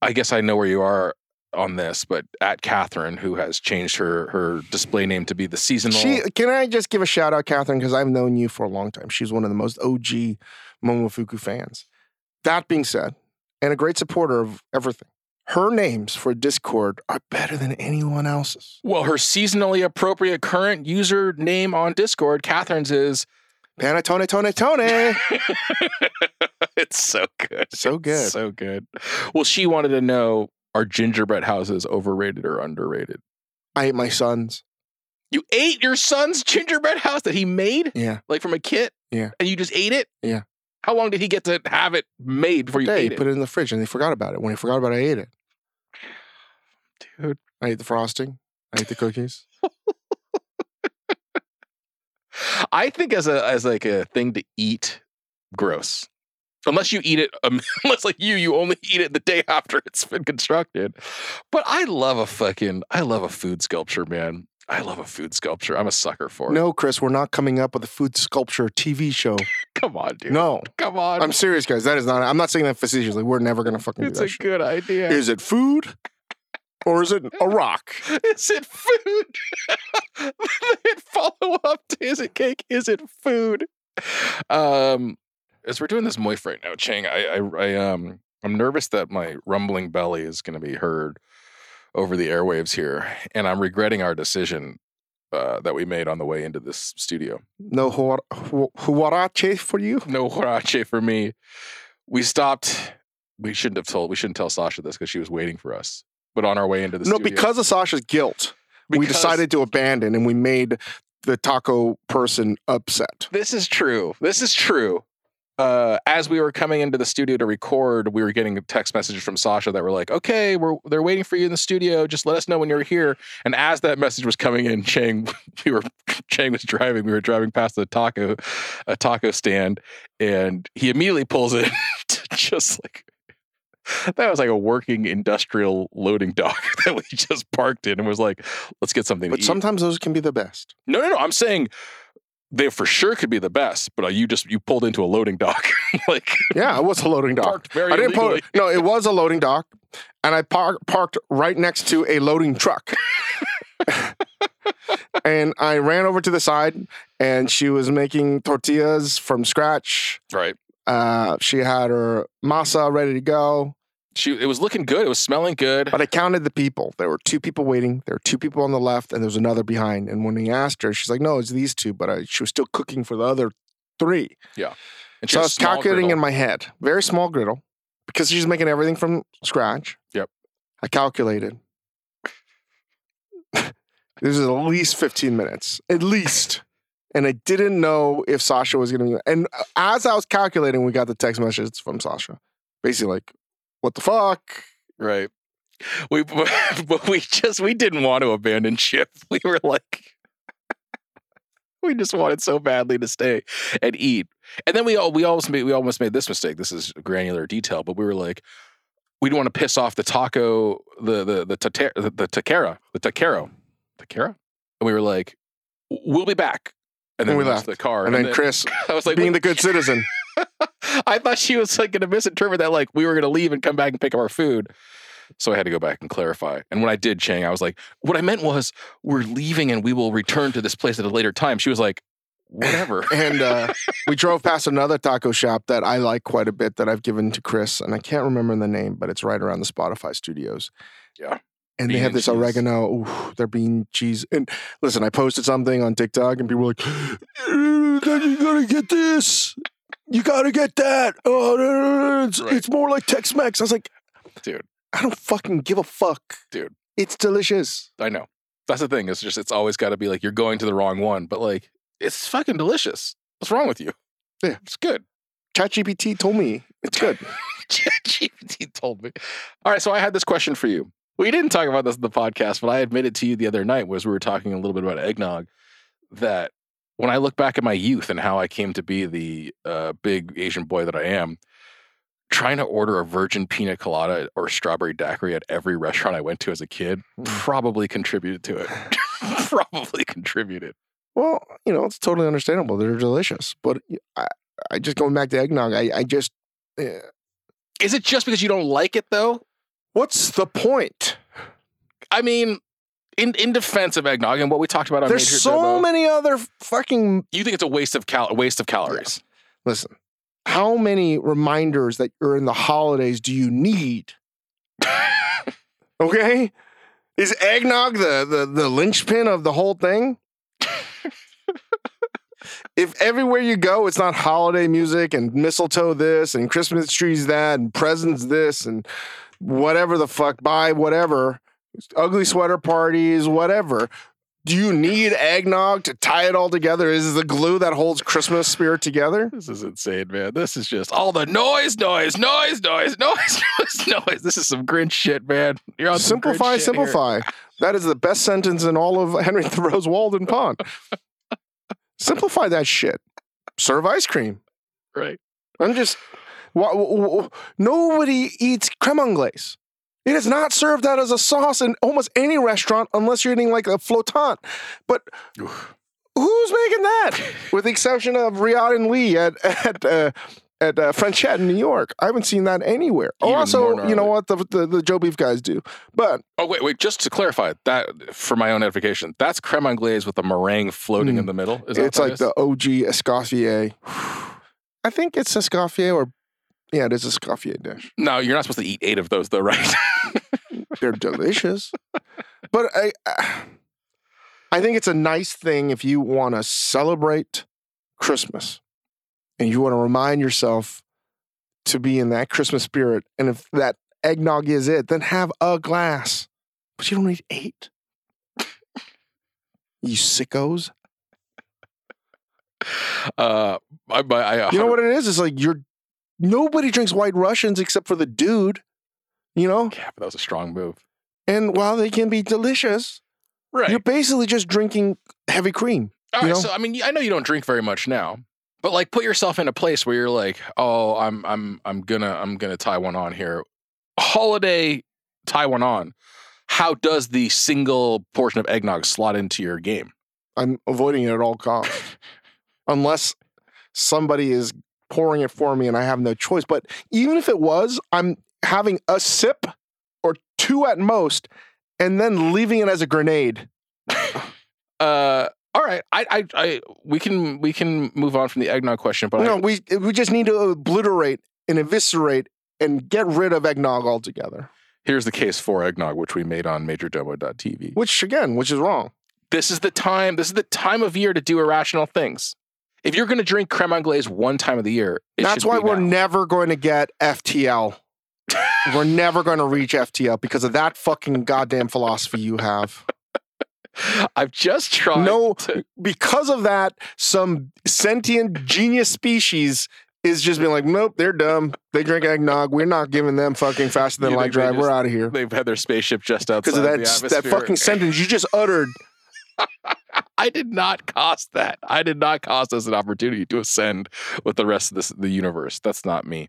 Speaker 2: I guess I know where you are on this, but at Catherine, who has changed her her display name to be the seasonal.
Speaker 1: She can I just give a shout out, Catherine, because I've known you for a long time. She's one of the most OG Momofuku fans. That being said, and a great supporter of everything, her names for Discord are better than anyone else's.
Speaker 2: well, her seasonally appropriate current user name on Discord, Catherine's is.
Speaker 1: Panatone Tone Tone.
Speaker 2: <laughs> it's so good.
Speaker 1: So
Speaker 2: It's
Speaker 1: good.
Speaker 2: So good. Well, she wanted to know are gingerbread houses overrated or underrated?
Speaker 1: I ate my son's.
Speaker 2: You ate your son's <laughs> gingerbread house that he made,
Speaker 1: Yeah.
Speaker 2: like from a kit.
Speaker 1: Yeah.
Speaker 2: And you just ate it.
Speaker 1: Yeah.
Speaker 2: How long did he get to have it made before you
Speaker 1: Day,
Speaker 2: ate it?
Speaker 1: put it in the fridge and they forgot about it. When they forgot about it, I ate it.
Speaker 2: Dude,
Speaker 1: I ate the frosting. I ate the cookies.
Speaker 2: I think as a as like a thing to eat, gross. Unless you eat it, <laughs> um, unless like you, you only <laughs> eat it the day after it's been constructed. But I love a fucking, I love a food sculpture, man. I love a food sculpture. I'm a sucker for it.
Speaker 1: No, Chris, we're not coming up with a food sculpture TV show.
Speaker 2: come on, dude.
Speaker 1: No.
Speaker 2: come on.
Speaker 1: I'm serious, guys. That is not I'm not saying that facetiously. We're never gonna fucking do
Speaker 2: it's
Speaker 1: that
Speaker 2: a
Speaker 1: shit.
Speaker 2: good idea.
Speaker 1: Is it food or is it a
Speaker 2: <laughs>
Speaker 1: rock?
Speaker 2: Is it food? <laughs> Then follow up to is it cake? Is it food? Um, as we're doing this moif right now, Chang, I, I, I um, I'm nervous that my rumbling belly is going to be heard over the airwaves here, and I'm regretting our decision uh, that we made on the way into this studio.
Speaker 1: No huar- hu- huarache for you?
Speaker 2: No huarache for me. We stopped. We shouldn't have told. We shouldn't tell Sasha this because she was waiting for us. But on our way into the
Speaker 1: No,
Speaker 2: studio,
Speaker 1: because of Sasha's guilt, we
Speaker 2: because-
Speaker 1: decided to abandon and we made the taco person upset.
Speaker 2: This is true. This is true. uh, as we were coming into the studio to record, we were getting text messages from Sasha that were like, "Okay, we're they're waiting for you in the studio. Just let us know when you're here." And as that message was coming in, Chang, <laughs> we were Chang was driving. We were driving past the taco, a taco stand, and he immediately pulls in <laughs> to just like that was like a working industrial loading dock <laughs> that we just parked in and was like, "Let's get something."
Speaker 1: But
Speaker 2: to eat."
Speaker 1: sometimes those can be the best.
Speaker 2: No, no, no. I'm saying they for sure could be the best, but uh, you just you pulled into a loading dock, <laughs> like
Speaker 1: Yeah, it was a loading dock.
Speaker 2: parked very
Speaker 1: I didn't pull
Speaker 2: illegally.
Speaker 1: it. No, it was a loading dock, and I par- parked right next to a loading truck. <laughs> and I ran over to the side, and she was making tortillas from scratch.
Speaker 2: Right.
Speaker 1: Uh, she had her masa ready to go,
Speaker 2: She it was looking good. It was smelling good.
Speaker 1: but I counted the people. There were two people waiting. There were two people on the left, and there was another behind. And when he asked her, she's like, "No, it's these two, but I, she was still cooking for the other three.
Speaker 2: And she
Speaker 1: So I
Speaker 2: had a
Speaker 1: was
Speaker 2: small
Speaker 1: calculating in
Speaker 2: griddle.
Speaker 1: my head, very small griddle, because she's making everything from scratch.
Speaker 2: Yep.
Speaker 1: I calculated. <laughs> this is at least 15 minutes, at least. And I didn't know if Sasha was going to be. And uh, as I was calculating, we got the text message from Sasha, basically like, "What the fuck?"
Speaker 2: right. We <laughs> but we just we didn't want to abandon ship. <laughs> We were like <laughs> we just wanted so badly to stay and eat. And then we all we almost made we almost made this mistake. This is granular detail, but we were like we didn't want to piss off the taco the the the tate- the, the takara the takaro takara. And we were like we'll be back. And then
Speaker 1: And
Speaker 2: we,
Speaker 1: we
Speaker 2: left the car.
Speaker 1: And then Chris,
Speaker 2: I was <laughs> like
Speaker 1: being the good citizen,
Speaker 2: I thought she was like going to misinterpret that, like we were going to leave and come back and pick up our food. So I had to go back and clarify. And when I did, Chang, I was like, "What I meant was we're leaving and we will return to this place at a later time." She was like, "Whatever."
Speaker 1: and uh, we drove past another taco shop that I like quite a bit that I've given to Chris, and I can't remember the name, but it's right around the Spotify studios.
Speaker 2: Yeah.
Speaker 1: And
Speaker 2: Bean
Speaker 1: they have
Speaker 2: and
Speaker 1: this
Speaker 2: cheese.
Speaker 1: oregano, ooh, their bean cheese. And listen, I posted something on TikTok, and people were like, "You gotta get this, you gotta get that." Oh, no, no, no, it's,
Speaker 2: Right.
Speaker 1: it's more like Tex-Mex. I was like,
Speaker 2: Dude.
Speaker 1: I don't fucking give a fuck,
Speaker 2: Dude.
Speaker 1: It's delicious.
Speaker 2: I know that's the thing. It's just it's always got to be like you're going to the wrong one, but like it's fucking delicious. What's wrong with you?
Speaker 1: Yeah.
Speaker 2: it's good.
Speaker 1: ChatGPT told me it's good.
Speaker 2: ChatGPT told me. All right, so I had this question for you. We didn't talk about this in the podcast, but I admitted to you the other night was we were talking a little bit about eggnog. That when I look back at my youth and how I came to be the uh, big Asian boy that I am, trying to order a virgin pina colada or strawberry daiquiri at every restaurant I went to as a kid
Speaker 1: Hmm.
Speaker 2: probably
Speaker 1: <laughs>
Speaker 2: contributed to it. <laughs> probably contributed.
Speaker 1: Well, you know, it's totally understandable. They're delicious, but I, I just going back to eggnog. I, I just, eh.
Speaker 2: Is it just because you don't like it though?
Speaker 1: what's the point?
Speaker 2: I mean, in in defense of eggnog and what we talked about on
Speaker 1: There's
Speaker 2: Major
Speaker 1: so
Speaker 2: Dobo-
Speaker 1: many other fucking.
Speaker 2: You think it's a waste of cal- waste of calories?
Speaker 1: Listen, how many reminders that you're in the holidays do you need? Okay, is eggnog the the the linchpin of the whole thing? if everywhere you go, it's not holiday music and mistletoe this and Christmas trees that and presents this and whatever the fuck, buy whatever, ugly sweater parties, whatever. Do you need eggnog to tie it all together? Is the glue that holds Christmas spirit together?
Speaker 2: This is insane, man. This is just all the noise, noise, noise, noise, <laughs> noise, noise, noise. This is some Grinch shit, man. You're on some Grinch
Speaker 1: Simplify,
Speaker 2: shit here.
Speaker 1: simplify. That is the best sentence in all of <laughs> Henry Thoreau's Walden
Speaker 2: <laughs>
Speaker 1: Pond. simplify that shit. Serve ice cream.
Speaker 2: Right.
Speaker 1: I'm just. Wh- wh- wh- nobody eats creme anglaise. It is not served out as a sauce in almost any restaurant unless you're eating like a flotant. But who's making that? With the exception of Riyadh and Lee at at uh, at uh, Franchette in New York, I haven't seen that anywhere.
Speaker 2: Even more
Speaker 1: also,
Speaker 2: gnarly.
Speaker 1: you know what the, the the Joe Beef guys do, but
Speaker 2: Oh wait, wait. Just to clarify that for my own edification, that's creme anglaise with the meringue floating in
Speaker 1: Mm.
Speaker 2: the middle. Is that
Speaker 1: it's
Speaker 2: what
Speaker 1: like
Speaker 2: that
Speaker 1: the OG Escoffier. <sighs> I think it's Escoffier or yeah, it is Escoffier dish.
Speaker 2: is? No, you're not supposed to eat eight of those, though, right? <laughs>
Speaker 1: they're delicious. But I, I think it's a nice thing if you want to celebrate Christmas and you want to remind yourself to be in that Christmas spirit. And if that eggnog is it, then have a glass. But you don't need eight. You sickos.
Speaker 2: Uh, I, but I,
Speaker 1: You know what it is? It's like you're nobody drinks white Russians except for the dude, you know?
Speaker 2: Yeah, but that was a strong move.
Speaker 1: And while they can be delicious,
Speaker 2: Right.
Speaker 1: you're basically just drinking heavy cream.
Speaker 2: All
Speaker 1: you
Speaker 2: right.
Speaker 1: know?
Speaker 2: So I mean, I know you don't drink very much now, but like, put yourself in a place where you're like, oh, I'm, I'm, I'm gonna, I'm gonna tie one on here. Holiday tie one on. How does the single portion of eggnog slot into your game?
Speaker 1: I'm avoiding it at all costs.
Speaker 2: <laughs>
Speaker 1: Unless somebody is pouring it for me and I have no choice. But even if it was, I'm having a sip or two at most and then leaving it as a grenade.
Speaker 2: Uh, all right. I, I, I, we can, we can move on from the eggnog question, but
Speaker 1: no,
Speaker 2: I,
Speaker 1: we we just need to obliterate and eviscerate and get rid of eggnog altogether.
Speaker 2: here's the case for eggnog, which we made on majordomo.tv.
Speaker 1: Which again, which is wrong.
Speaker 2: this is the time this is the time of year to do irrational things if you're going to drink creme anglaise one time of the year it
Speaker 1: That's
Speaker 2: should
Speaker 1: why
Speaker 2: be
Speaker 1: we're
Speaker 2: now.
Speaker 1: never going to get
Speaker 2: <laughs>
Speaker 1: FTL. we're never going to reach FTL because of that fucking goddamn philosophy you have.
Speaker 2: <laughs> i've just tried
Speaker 1: No.
Speaker 2: to-
Speaker 1: Because of that, some sentient genius species is just being like, nope, they're dumb. They drink eggnog. We're not giving them fucking faster than
Speaker 2: You
Speaker 1: light
Speaker 2: think they
Speaker 1: drive. we're
Speaker 2: just-
Speaker 1: out of here.
Speaker 2: they've had their spaceship just outside
Speaker 1: Because of that,
Speaker 2: the
Speaker 1: that
Speaker 2: atmosphere.
Speaker 1: fucking sentence you just uttered.
Speaker 2: i did not cost that i did not cost us an opportunity to ascend with the rest of this the universe that's not me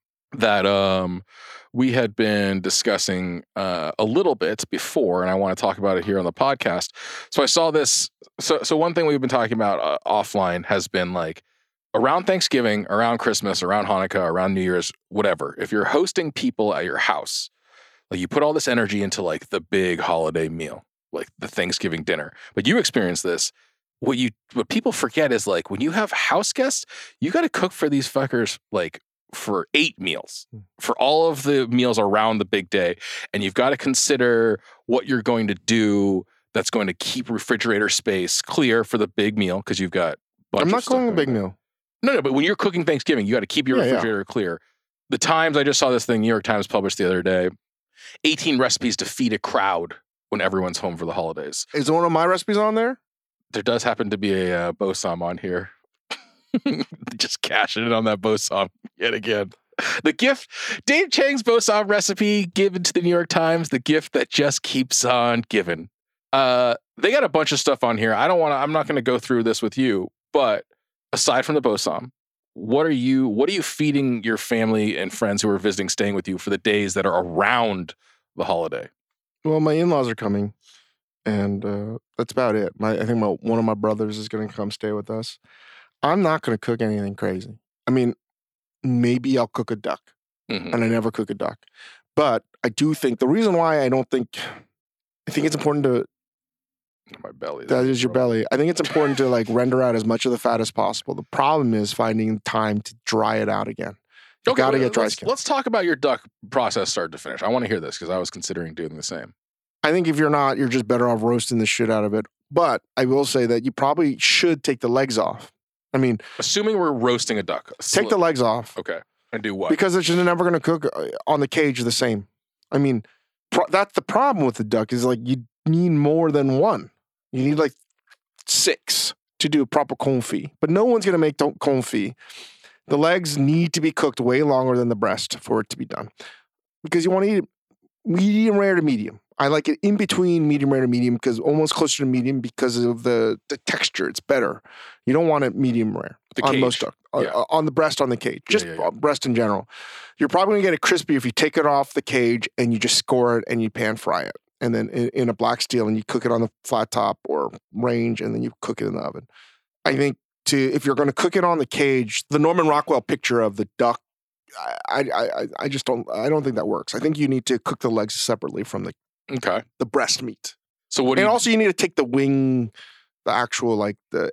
Speaker 2: that um, we had been discussing uh, a little bit before, and I want to talk about it here on the podcast. So I saw this. So so one thing we've been talking about uh, offline has been like around Thanksgiving, around Christmas, around Hanukkah, around New Year's, whatever. If you're hosting people at your house, like you put all this energy into like the big holiday meal, like the Thanksgiving dinner, but you experience this. What you what people forget is like when you have house guests you got to cook for these fuckers like for eight meals
Speaker 1: Hmm.
Speaker 2: for all of the meals around the big day and you've got to consider what you're going to do that's going to keep refrigerator space clear for the big meal because you've got bunch
Speaker 1: I'm
Speaker 2: of
Speaker 1: not
Speaker 2: stuff
Speaker 1: calling a
Speaker 2: going
Speaker 1: big
Speaker 2: on.
Speaker 1: meal.
Speaker 2: no no but when you're cooking thanksgiving you got to keep your
Speaker 1: Yeah, yeah.
Speaker 2: refrigerator clear the times i just saw this thing new york times published the other day 18 recipes to feed a crowd when everyone's home for the holidays
Speaker 1: Is one of my recipes on there?
Speaker 2: there does happen to be a uh, bosom on here. <laughs> Just cashing in on that bosom yet again. The gift, Dave Chang's bosom recipe given to the New York Times, the gift that just keeps on giving. Uh, they got a bunch of stuff on here. I don't want to. I'm not going to go through this with you. But aside from the bosom, what are you? What are you feeding your family and friends who are visiting, staying with you for the days that are around the holiday?
Speaker 1: Well, my in-laws are coming, and uh, that's about it. My, I think my, one of my brothers is going to come stay with us. I'm not going to cook anything crazy. I mean, maybe I'll cook a duck,
Speaker 2: Mhm.
Speaker 1: and I never cook a duck. But I do think the reason why I don't think I think it's important to
Speaker 2: My belly.
Speaker 1: that is your belly. I think it's important to like render out as much of the fat as possible. The problem is finding time to dry it out again. You gotta
Speaker 2: well,
Speaker 1: get dry
Speaker 2: let's-
Speaker 1: skin.
Speaker 2: Let's talk about your duck process start to finish. I want to hear this because I was considering doing the same.
Speaker 1: I think if you're not, you're just better off roasting the shit out of it. But I will say that you probably should take the legs off. I mean,
Speaker 2: Assuming we're roasting a duck.
Speaker 1: take the legs off.
Speaker 2: Okay. and do what?
Speaker 1: because it's just never going to cook uh, on the cage the same. I mean, pro- that's the problem with the duck is like you need more than one. You need like six to do a proper confit, but no one's going to make don't confit. The legs need to be cooked way longer than the breast for it to be done because you want to eat it medium rare to medium. I like it in between medium rare to medium because almost closer to medium because of the, the texture. It's better. You don't want it medium rare
Speaker 2: the
Speaker 1: on
Speaker 2: cage.
Speaker 1: most duck, uh,
Speaker 2: Yeah.
Speaker 1: uh, on the breast on the cage,
Speaker 2: Yeah,
Speaker 1: just
Speaker 2: yeah, yeah.
Speaker 1: uh, breast in general. You're probably gonna get it crispy if you take it off the cage and you just score it and you pan fry it, and then in, in a black steel and you cook it on the flat top or range, and then you cook it in the oven. I think to if you're gonna cook it on the cage, the Norman Rockwell picture of the duck. I, I- I I- I just don't I don't think that works. I think you need to cook the legs separately from the,
Speaker 2: okay.
Speaker 1: the breast meat,
Speaker 2: So what do
Speaker 1: and
Speaker 2: you
Speaker 1: also you need to take the wing, the actual like the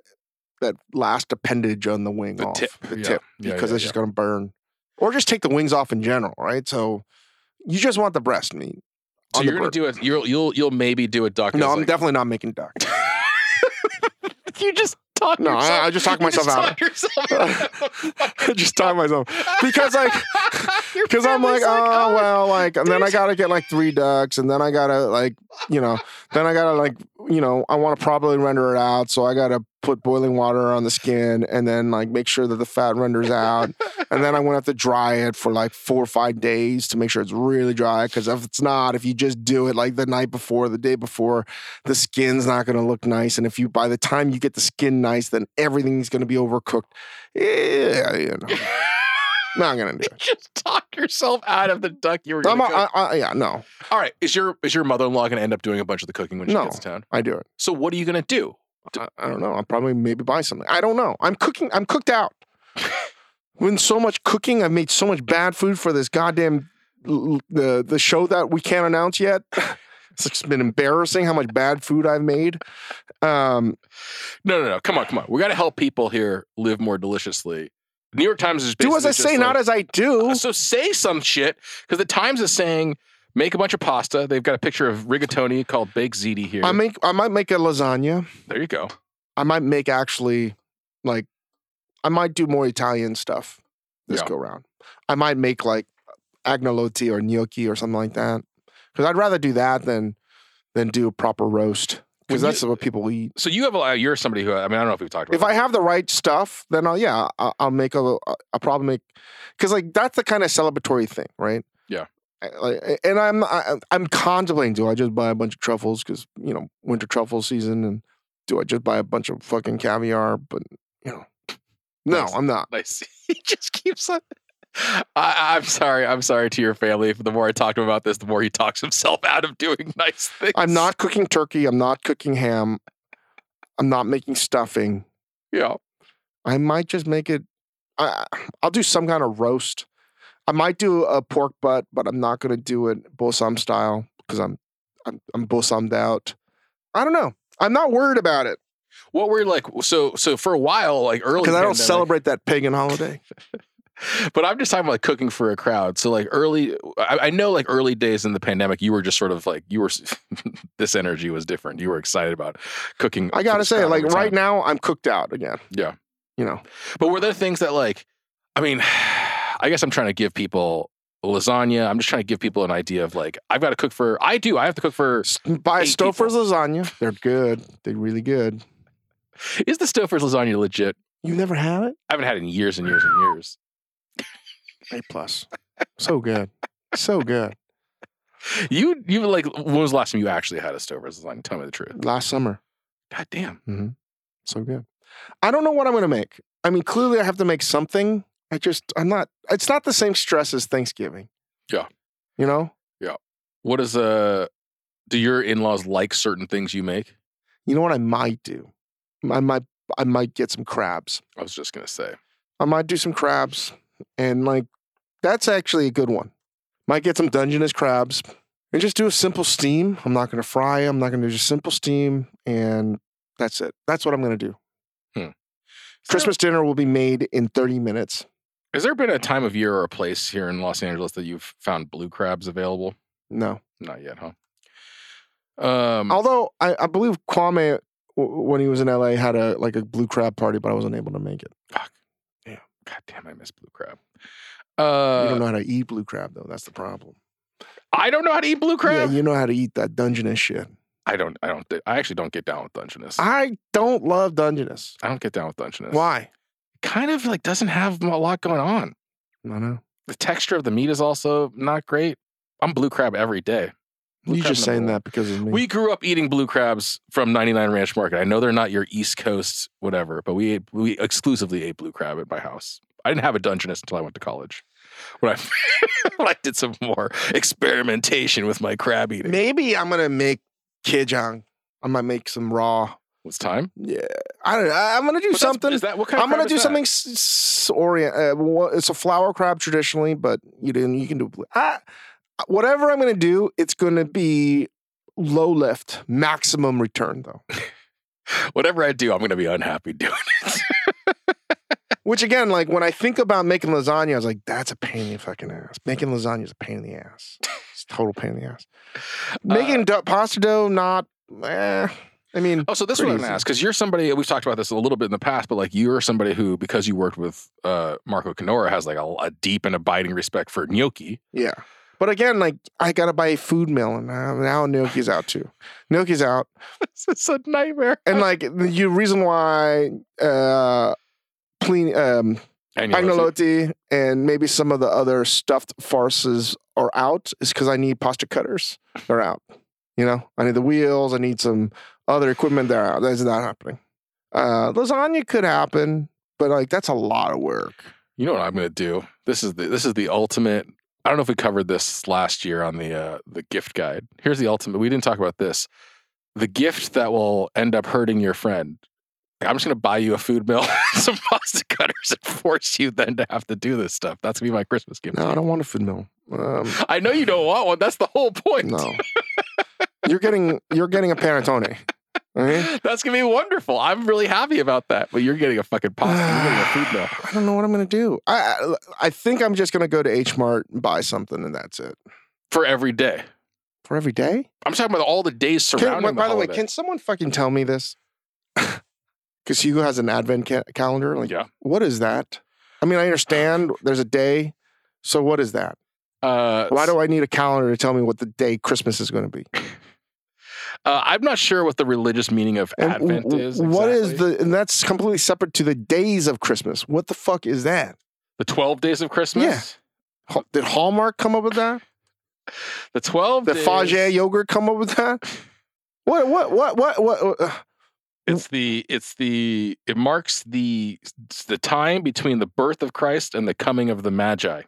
Speaker 1: that last appendage on the wing
Speaker 2: the
Speaker 1: off
Speaker 2: tip?
Speaker 1: the
Speaker 2: yeah.
Speaker 1: tip
Speaker 2: Yeah,
Speaker 1: because
Speaker 2: yeah,
Speaker 1: it's just going to burn. Or just take the wings off in general, right? So you just want the breast meat. on
Speaker 2: yeah. So
Speaker 1: the
Speaker 2: you're gonna
Speaker 1: bird.
Speaker 2: do it. You'll you'll you'll maybe do a duck.
Speaker 1: No,
Speaker 2: as
Speaker 1: I'm
Speaker 2: like-
Speaker 1: definitely not making
Speaker 2: <laughs>
Speaker 1: duck. <laughs>
Speaker 2: you just talk.
Speaker 1: No,
Speaker 2: yourself.
Speaker 1: I, I just talked
Speaker 2: <laughs> you
Speaker 1: myself
Speaker 2: just
Speaker 1: out.
Speaker 2: talk yourself <laughs>
Speaker 1: I just talked myself <laughs> because like <laughs>
Speaker 2: Your
Speaker 1: because I'm like,
Speaker 2: family's
Speaker 1: oh well, like, and then I
Speaker 2: there's-
Speaker 1: gotta get like three ducks, and then I gotta like, you know, then I gotta like, you know, I want to probably render it out, so I gotta put boiling water on the skin, and then like make sure that the fat renders out, and then I'm gonna have to dry it for like four or five days to make sure it's really dry, because if it's not, if you just do it like the night before, the day before, the skin's not gonna look nice, and if you by the time you get the skin nice, then everything's gonna be overcooked. Yeah, you
Speaker 2: <laughs>
Speaker 1: know, not gonna do it.
Speaker 2: You just talk yourself out of the duck you were.
Speaker 1: I'm,
Speaker 2: Gonna cook.
Speaker 1: I, I, yeah, no,
Speaker 2: All right, is your is your mother in law gonna end up doing a bunch of the cooking when she
Speaker 1: No.
Speaker 2: gets to town?
Speaker 1: I do it.
Speaker 2: So what are you gonna do?
Speaker 1: I, I don't know. I'll probably maybe buy something. I don't know. I'm cooking. I'm cooked
Speaker 2: <laughs>
Speaker 1: out. When so much cooking, I've made so much bad food for this goddamn l- l- the the show that we can't announce
Speaker 2: <laughs>
Speaker 1: yet. It's just been embarrassing how much bad food I've made. Um,
Speaker 2: No, no, no. Come on, come on. We got to help people here live more deliciously. New York Times is
Speaker 1: do as I
Speaker 2: basically
Speaker 1: say,
Speaker 2: just
Speaker 1: not
Speaker 2: like-
Speaker 1: as I do.
Speaker 2: Uh, So say some shit because the Times is saying make a bunch of pasta. They've got a picture of rigatoni called baked ziti here.
Speaker 1: I make. I might make a lasagna.
Speaker 2: there you go.
Speaker 1: I might make actually, like, I might do more Italian stuff this
Speaker 2: Yeah.
Speaker 1: go round. I might make like agnolotti or gnocchi or something like that because I'd rather do that than than do a proper roast
Speaker 2: When
Speaker 1: because
Speaker 2: you-
Speaker 1: that's what people eat.
Speaker 2: So you have a you're somebody who I mean I don't know if we've talked about.
Speaker 1: If I
Speaker 2: <laughs> this.
Speaker 1: have the right stuff, then I'll yeah I'll, I'll make a I'll probably make because like that's the kind of celebratory thing, right?
Speaker 2: Yeah.
Speaker 1: I- Like, and I'm I, I'm contemplating do I just buy a bunch of truffles because you know winter truffle season and do I just buy a bunch of fucking caviar? But you know, no,
Speaker 2: Nice.
Speaker 1: I'm not.
Speaker 2: Nice. he just keeps on. I, I'm sorry. I'm sorry to your family. The more I talk to him about this, the more he talks himself out of doing <laughs> nice things.
Speaker 1: I'm not cooking turkey. I'm not cooking ham. I'm not making stuffing.
Speaker 2: Yeah.
Speaker 1: I might just make it. I, I'll do some kind of roast. I might do a pork butt, but I'm not going to do it bosom style because I'm I'm I'm bosomed out. I don't know. I'm not worried about it
Speaker 2: What we're like. So so for a while, like early.
Speaker 1: because I don't
Speaker 2: pandemic-
Speaker 1: celebrate that pagan <laughs> holiday.
Speaker 2: But I'm just talking about like cooking for a crowd. So like early, I, I know like early days in the pandemic, you were just sort of like you were. <laughs> this energy was different. You were excited about cooking.
Speaker 1: I gotta say, like right now, I'm cooked out again.
Speaker 2: Yeah.
Speaker 1: you know,
Speaker 2: But were there things that like, I mean, <sighs> I guess I'm trying to give people lasagna. I'm just trying to give people an idea of like I've got to cook for. I do. I have to cook for.
Speaker 1: S- buy
Speaker 2: Eight
Speaker 1: Stouffer's lasagna. <laughs> They're good. They're really good.
Speaker 2: Is the Stouffer's lasagna legit?
Speaker 1: You never had it?
Speaker 2: I haven't had it in years and years and years.
Speaker 1: A plus. So good. So good.
Speaker 2: You you like when was the last time you actually had a Stouffer's lasagna? Tell me the truth.
Speaker 1: Last summer.
Speaker 2: God damn.
Speaker 1: So good. I don't know what I'm going to make. I mean, clearly I have to make something. I just, I'm not, it's not the same stress as Thanksgiving.
Speaker 2: Yeah.
Speaker 1: You know,
Speaker 2: What is uh? Do your in-laws like certain things you make?
Speaker 1: you know what I might do? I might, I might get some crabs.
Speaker 2: I was just gonna say.
Speaker 1: I might do some crabs and like, that's actually a good one. Might get some Dungeness crabs and just do a simple steam. I'm not going to fry. 'em. I'm not going to do just simple steam. And that's it. That's what I'm going to do. Christmas dinner will be made in 30 minutes.
Speaker 2: Has there been a time of year or a place here in Los Angeles that you've found blue crabs available?
Speaker 1: No.
Speaker 2: Not yet, huh? Um,
Speaker 1: Although I, I believe Kwame, w- when he was in LA, had a like a blue crab party, but I wasn't able to make it.
Speaker 2: God damn, I miss blue crab. Uh,
Speaker 1: you don't know how to eat blue crab though. That's the problem.
Speaker 2: I don't know how to eat blue crab.
Speaker 1: Yeah, you know how to eat that Dungeness shit.
Speaker 2: I don't. I don't. thi- I actually don't get down with Dungeness. I,
Speaker 1: I don't love Dungeness.
Speaker 2: don't get down with Dungeness.
Speaker 1: Why?
Speaker 2: Kind of like doesn't have a lot going on.
Speaker 1: No, no.
Speaker 2: The texture of the meat is also not great. I'm blue crab every day. Blue
Speaker 1: you
Speaker 2: crab
Speaker 1: just
Speaker 2: number
Speaker 1: saying
Speaker 2: one.
Speaker 1: that because of me.
Speaker 2: We grew up eating blue crabs from 99 Ranch Market. I know they're not your East Coast whatever, but we ate, we exclusively ate blue crab at my house. I didn't have a Dungeness until I went to college. When I <laughs> when I did some more experimentation with my crab eating.
Speaker 1: Maybe I'm gonna make Kijang. I might make some raw.
Speaker 2: It's time.
Speaker 1: Yeah, I don't. know. I- I'm gonna do
Speaker 2: But that's-
Speaker 1: something.
Speaker 2: Is that what kind of
Speaker 1: I'm gonna
Speaker 2: crab
Speaker 1: do
Speaker 2: is that?
Speaker 1: something s- s- orient. Uh, wha- it's a flower crab traditionally, but you didn't. You can do blue. I, whatever I'm gonna do, it's gonna be low lift, maximum return though.
Speaker 2: Whatever I do, I'm gonna be unhappy doing it.
Speaker 1: Which again, like when I think about making lasagna, I was like, that's a pain in the fucking ass. Making lasagna is a pain in the ass. It's a total pain in the ass. Making do- pasta dough, not. Eh. I mean,
Speaker 2: Oh, so this is
Speaker 1: Pretty
Speaker 2: what I'm gonna
Speaker 1: easy.
Speaker 2: ask because you're somebody we've talked about this a little bit in the past, but like you're somebody who, because you worked with uh, Marco Canora, has like a, a deep and abiding respect for <laughs> gnocchi.
Speaker 1: yeah. But again, like I gotta buy a food mill, and now, now gnocchi's out too. Gnocchi's out,
Speaker 2: It's a nightmare.
Speaker 1: and like the you- reason why uh, Pliny, um,
Speaker 2: And you know, it's-
Speaker 1: Agnolotti and maybe some of the other stuffed farces are out is because I need pasta cutters. They're out. You know, I need the wheels. I need some other equipment. They're out. That's not happening. Uh, lasagna could happen, but like that's a lot of work.
Speaker 2: You know what I'm going to do? This is the this is the ultimate. I don't know if we covered this last year on the uh, the gift guide. Here's the ultimate. We didn't talk about this. The gift that will end up hurting your friend. I'm just going to buy you a food mill, <laughs> some pasta cutters, and force you then to have to do this stuff. That's going to be my Christmas gift.
Speaker 1: No, I don't want a food mill. Um,
Speaker 2: I know you don't want one. That's the whole point.
Speaker 1: no, you're getting you're getting a panettone. Okay?
Speaker 2: <laughs> That's gonna be wonderful. I'm really happy about that. But you're getting a fucking pasta. You're getting
Speaker 1: <sighs>
Speaker 2: a food mill.
Speaker 1: I don't know what I'm gonna do. I I, I think I'm just gonna go to H Mart and buy something, and that's it
Speaker 2: for every day.
Speaker 1: for every day.
Speaker 2: I'm talking about all the days
Speaker 1: Can-
Speaker 2: surrounding.
Speaker 1: by the way,
Speaker 2: holiday.
Speaker 1: can someone fucking tell me this? <laughs> Because Hugo has an advent ca- calendar. Like,
Speaker 2: yeah.
Speaker 1: what is that? I mean, I understand there's a day. So what is that?
Speaker 2: Uh,
Speaker 1: Why do I need a calendar to tell me what the day Christmas is going to
Speaker 2: <laughs>
Speaker 1: be?
Speaker 2: Uh, I'm not sure what the religious meaning of
Speaker 1: And
Speaker 2: Advent
Speaker 1: w-
Speaker 2: is.
Speaker 1: what is
Speaker 2: exactly.
Speaker 1: the? And that's completely separate to the days of Christmas. What the fuck is that?
Speaker 2: the 12 days of Christmas?
Speaker 1: Ha- Did Hallmark come up with that?
Speaker 2: The 12
Speaker 1: Did
Speaker 2: days.
Speaker 1: Faget yogurt come up with that? What? What? What? What? What? what uh,
Speaker 2: It's the it's the it marks the it's the time between the birth of Christ and the coming of the Magi.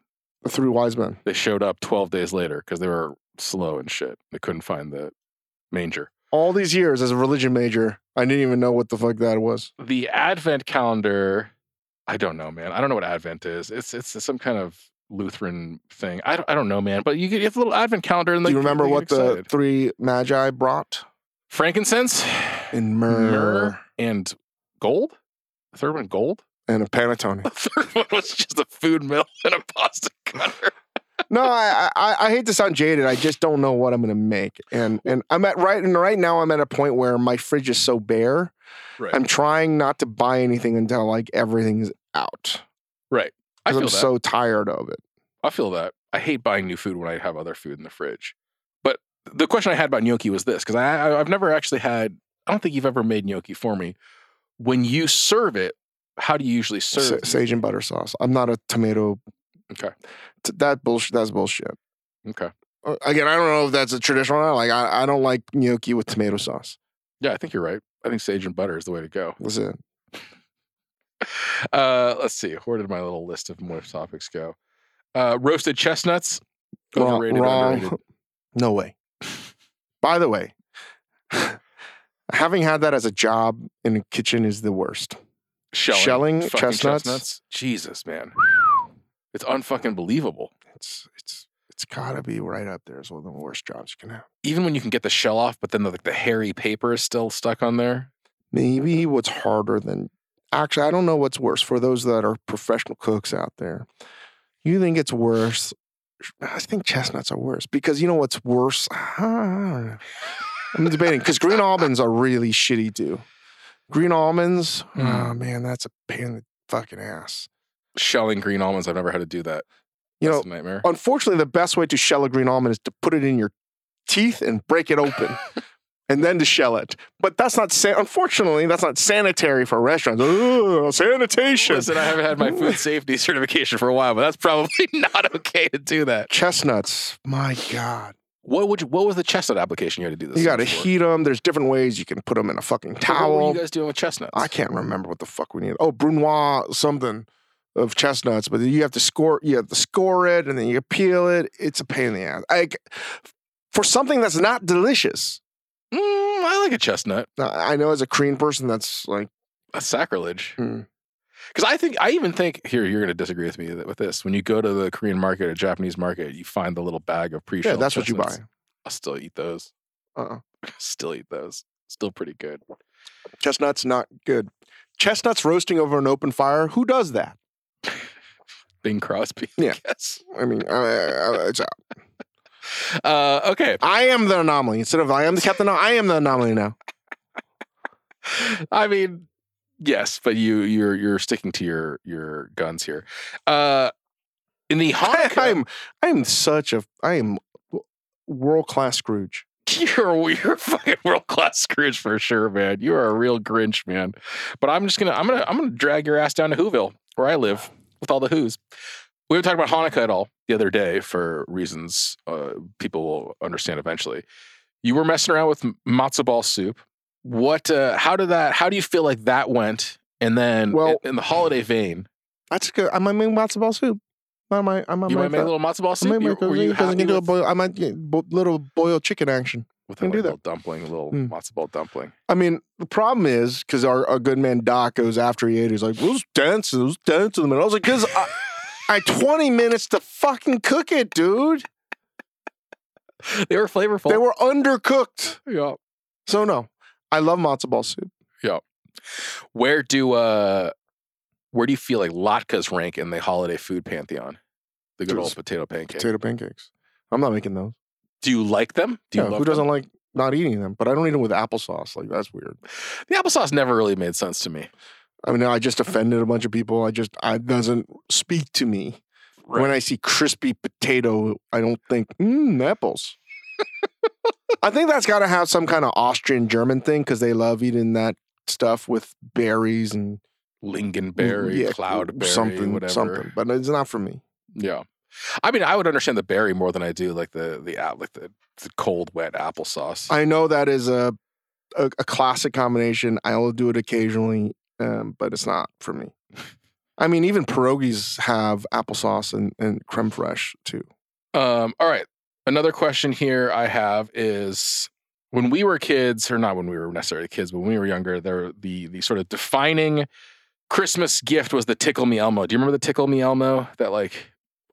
Speaker 1: the three wise men.
Speaker 2: They showed up 12 days later because they were slow and shit. They couldn't find the manger.
Speaker 1: All these years as a religion major, I didn't even know what the fuck that was.
Speaker 2: The Advent calendar, I don't know, man. I don't know what Advent is. It's it's some kind of Lutheran thing. I don't, I don't know, man. But you get you have a little Advent calendar and
Speaker 1: Do
Speaker 2: like
Speaker 1: you remember
Speaker 2: they get
Speaker 1: what the
Speaker 2: excited.
Speaker 1: three magi brought?
Speaker 2: frankincense?
Speaker 1: In
Speaker 2: myrrh and gold. The third one, gold. <laughs>
Speaker 1: and a panettone.
Speaker 2: The third one was just a food mill <laughs> and a pasta cutter.
Speaker 1: no, I, I I hate to sound jaded. I just don't know what I'm gonna make, and and I'm at right and right now I'm at a point where my fridge is so bare.
Speaker 2: Right.
Speaker 1: I'm trying not to buy anything until like everything's out.
Speaker 2: right. I
Speaker 1: 'Cause
Speaker 2: feel
Speaker 1: I'm
Speaker 2: that.
Speaker 1: so tired of it.
Speaker 2: I feel that. I hate buying new food when I have other food in the fridge. But the question I had about gnocchi was this because I, I I've never actually had. I don't think you've ever made gnocchi for me. When you serve it, how do you usually
Speaker 1: Sa-
Speaker 2: serve?
Speaker 1: sage and butter sauce. I'm not a tomato.
Speaker 2: Okay.
Speaker 1: T- that bullshit. That's bullshit.
Speaker 2: Okay.
Speaker 1: Uh, Again, I don't know if that's a traditional. or not. Like I, I don't like gnocchi with tomato sauce.
Speaker 2: Yeah, I think you're right. I think sage and butter is the way to go. <laughs>
Speaker 1: That's it.
Speaker 2: Uh, let's see. Where did my little list of more topics go? Uh, roasted chestnuts.
Speaker 1: Wrong-
Speaker 2: Overrated,
Speaker 1: wrong.
Speaker 2: underrated.
Speaker 1: No way. By the way, <sighs> having had that as a job in a kitchen is the worst.
Speaker 2: shelling,
Speaker 1: Shelling
Speaker 2: fucking
Speaker 1: chestnuts.
Speaker 2: Jesus, man, it's unfucking believable.
Speaker 1: It's it's it's gotta be right up there as one of the worst jobs you can have.
Speaker 2: Even when you can get the shell off, but then the, like the hairy paper is still stuck on there.
Speaker 1: Maybe what's harder than actually I don't know what's worse for those that are professional cooks out there. You think it's worse? I think chestnuts are worse because you know what's worse? <sighs> I don't know. I'm debating because green almonds are really shitty too. Green almonds, oh man, that's a pain in the fucking ass.
Speaker 2: Shelling green almonds. I've never had to do that.
Speaker 1: You know, oh,
Speaker 2: That's a nightmare.
Speaker 1: unfortunately, the best way to shell a green almond is to put it in your teeth and break it
Speaker 2: <laughs>
Speaker 1: open. And then to shell it, but that's not. Sa- unfortunately, that's not sanitary for restaurants. Ugh, sanitation.
Speaker 2: <laughs> Listen, I haven't
Speaker 1: <laughs>
Speaker 2: had my food safety <laughs> certification for a while, but that's probably <laughs> not okay to do that.
Speaker 1: Chestnuts. My God,
Speaker 2: What would you, what was the chestnut application you had to do this?
Speaker 1: you got to
Speaker 2: for?
Speaker 1: heat them. There's different ways you can put them in a fucking
Speaker 2: What were
Speaker 1: towel.
Speaker 2: you guys doing with chestnuts?
Speaker 1: I can't remember what the fuck we need. Oh, Brunois something of chestnuts, but you have to score. You have to score it, and then you peel it. It's a pain in the ass. Like for something that's not delicious.
Speaker 2: Mm, I like a chestnut.
Speaker 1: Now, I know as a Korean person, that's like
Speaker 2: That's sacrilege.
Speaker 1: Mm.
Speaker 2: Because I think I even think here you're going to disagree with me th- with this. When you go to the Korean market or Japanese market, you find the little bag of pre-shelled.
Speaker 1: yeah, that's what you buy.
Speaker 2: chestnuts. I'll still eat those. <laughs>
Speaker 1: Uh-uh.
Speaker 2: Still eat those. Still pretty good.
Speaker 1: Chestnuts not good. Chestnuts roasting over an open fire. Who does that?
Speaker 2: Bing Crosby. <laughs>
Speaker 1: Yeah.
Speaker 2: Yes.
Speaker 1: I mean, I, I, I- it's-
Speaker 2: Uh, okay.
Speaker 1: I am the anomaly. Instead of I am the captain, now, I am the anomaly
Speaker 2: <laughs>
Speaker 1: now.
Speaker 2: I mean, yes, but you you're you're sticking to your your guns here. Uh, in the
Speaker 1: <laughs> I,
Speaker 2: Hanukkah,
Speaker 1: I'm I am such a I am world class Scrooge.
Speaker 2: <laughs> you're you're a fucking world class Scrooge for sure, man. You are a real Grinch, man. But I'm just gonna I'm gonna I'm gonna drag your ass down to Whoville, where I live, with all the Who's. We haven't talked about Hanukkah at all the other day for reasons uh, people will understand eventually. You were messing around with m- matzo ball soup. What? Uh, how did that? How do you feel like that went? And then,
Speaker 1: Well-
Speaker 2: in, in the holiday vein,
Speaker 1: That's good. I might make matzo ball soup. I might, I might
Speaker 2: you might
Speaker 1: make
Speaker 2: make a
Speaker 1: that.
Speaker 2: little matzo ball
Speaker 1: I
Speaker 2: soup.
Speaker 1: might
Speaker 2: You-
Speaker 1: make a
Speaker 2: were you
Speaker 1: because I
Speaker 2: happy
Speaker 1: can do a
Speaker 2: with,
Speaker 1: boil, I might get bo- little boiled chicken action.
Speaker 2: with
Speaker 1: can
Speaker 2: a
Speaker 1: do
Speaker 2: little dumpling, a little
Speaker 1: Mm.
Speaker 2: matzo ball dumpling? <laughs>
Speaker 1: I mean, the problem is because our, our good man Doc goes after he ate. He's like, "Those dents, those dents in the middle." I was like, "Cause
Speaker 2: <laughs>
Speaker 1: I, I had twenty minutes to fucking cook it, dude.
Speaker 2: They were flavorful.
Speaker 1: They were undercooked."
Speaker 2: yeah.
Speaker 1: So no, I love matzo ball soup.
Speaker 2: Where do uh, where do you feel like latkes rank in the holiday food pantheon? The good
Speaker 1: Dude,
Speaker 2: old
Speaker 1: it's
Speaker 2: potato pancake.
Speaker 1: Potato pancakes. I'm not making those.
Speaker 2: Do you like them? Do you
Speaker 1: Yeah,
Speaker 2: love
Speaker 1: who doesn't
Speaker 2: them?
Speaker 1: like not eating them? But I don't eat them with applesauce. Like that's weird.
Speaker 2: The applesauce never really made sense to me.
Speaker 1: I mean, I
Speaker 2: <laughs>
Speaker 1: just offended a bunch of people. I just, I doesn't speak to me. When I see crispy potato, I don't think, mmm, apples. <laughs> I think that's got to have some kind of Austrian German thing because they love eating that stuff with berries and
Speaker 2: Lingonberry,
Speaker 1: Mm, yeah,
Speaker 2: cloudberry,
Speaker 1: something,
Speaker 2: whatever.
Speaker 1: something. But it's not for me.
Speaker 2: Yeah. I mean, I would understand the berry more than I do like the the app like the, the cold wet applesauce.
Speaker 1: I know that is a a, a classic combination. I'll do it occasionally, um, but it's not for me. I mean, even pierogies have applesauce and, and creme fraiche too.
Speaker 2: Um, all right. Another question here I have is when we were kids, or not when we were necessarily kids, but when we were younger, there the the sort of defining Christmas gift was the Tickle Me Elmo. Do you remember the Tickle Me Elmo that like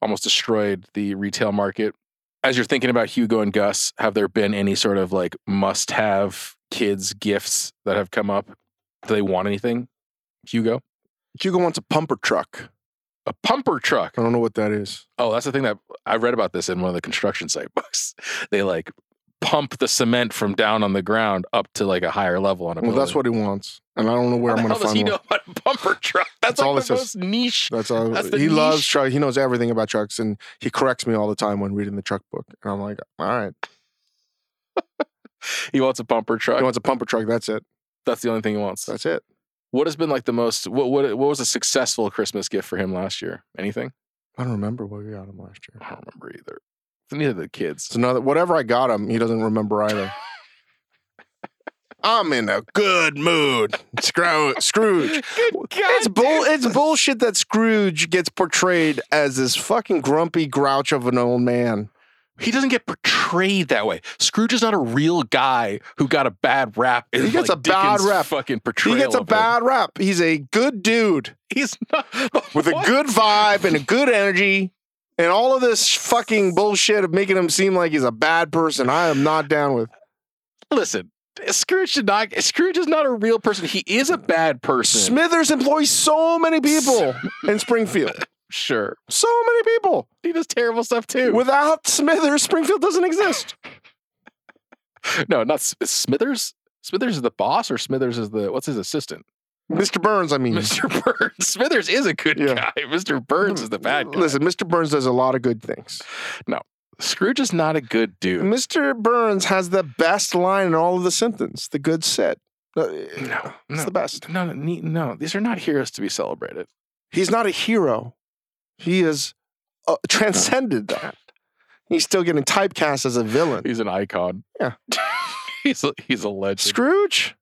Speaker 2: almost destroyed the retail market? As you're thinking about Hugo and Gus, have there been any sort of like must-have kids gifts that have come up? Do they want anything? Hugo,
Speaker 1: Hugo wants a pumper truck.
Speaker 2: a pumper truck.
Speaker 1: I don't know what that is.
Speaker 2: Oh, that's the thing that I read about this in one of the construction site books. <laughs> They like pump the cement from down on the ground up to like a higher level on a
Speaker 1: Well,
Speaker 2: building.
Speaker 1: that's what he wants, and I don't know where
Speaker 2: How the
Speaker 1: I'm
Speaker 2: hell
Speaker 1: going to
Speaker 2: does
Speaker 1: find
Speaker 2: he
Speaker 1: one.
Speaker 2: know about a bumper truck? <laughs> That's,
Speaker 1: That's all
Speaker 2: like
Speaker 1: it
Speaker 2: the
Speaker 1: says.
Speaker 2: most niche.
Speaker 1: That's all.
Speaker 2: That's the
Speaker 1: he loves
Speaker 2: niche.
Speaker 1: truck. He knows everything about trucks, and he corrects me all the time when reading the truck book. And I'm like, all right,
Speaker 2: He wants a bumper truck.
Speaker 1: he wants a pumper truck. That's it.
Speaker 2: that's the only thing he wants.
Speaker 1: That's it.
Speaker 2: what has been like the most? What what what was a successful Christmas gift for him last year? Anything?
Speaker 1: I don't remember what we got him last year.
Speaker 2: I don't remember either. Neither of the kids.
Speaker 1: It's another whatever I got him, he doesn't remember
Speaker 2: <laughs>
Speaker 1: either. I'm in a good mood. Scroo- Scrooge.
Speaker 2: <laughs> Good God,
Speaker 1: <laughs> it's bull.
Speaker 2: dude.
Speaker 1: It's bullshit that Scrooge gets portrayed as this fucking grumpy grouch of an old man.
Speaker 2: He doesn't get portrayed that way. Scrooge is not a real guy who got a bad rap. in,
Speaker 1: He gets
Speaker 2: like,
Speaker 1: a bad
Speaker 2: Dickens'
Speaker 1: rap.
Speaker 2: Fucking
Speaker 1: He
Speaker 2: portrayal.
Speaker 1: gets a
Speaker 2: of him.
Speaker 1: bad rap. He's a good dude
Speaker 2: <laughs> He's not
Speaker 1: <laughs> with a
Speaker 2: What?
Speaker 1: good vibe and a good energy. And all of this fucking bullshit of making him seem like he's a bad person, I am not down with.
Speaker 2: Listen, Scrooge did not. Scrooge is not a real person. He is a bad person.
Speaker 1: Smithers employs so many
Speaker 2: <laughs>
Speaker 1: people in Springfield.
Speaker 2: sure,
Speaker 1: So many people.
Speaker 2: he does terrible stuff too.
Speaker 1: Without Smithers, Springfield doesn't exist.
Speaker 2: no, not S- Smithers. Smithers is the boss, or Smithers is the what's his assistant?
Speaker 1: Mr. Burns, I mean.
Speaker 2: Mr. Burns. <laughs> Smithers is a good
Speaker 1: Mm. Yeah.
Speaker 2: guy. Mr. Burns is the bad guy.
Speaker 1: Listen, Mr. Burns does a lot of good things.
Speaker 2: Scrooge is not a good dude.
Speaker 1: Mr. Burns has the best line in all of the sentence. The good set. Uh,
Speaker 2: No,
Speaker 1: It's
Speaker 2: no.
Speaker 1: the best.
Speaker 2: No, no, ne- no, these are not heroes to be celebrated.
Speaker 1: He's not a hero. He has
Speaker 2: <laughs>
Speaker 1: uh, transcended that. He's still getting typecast as a villain.
Speaker 2: He's an icon.
Speaker 1: Yeah.
Speaker 2: <laughs> he's a, he's a legend.
Speaker 1: Scrooge?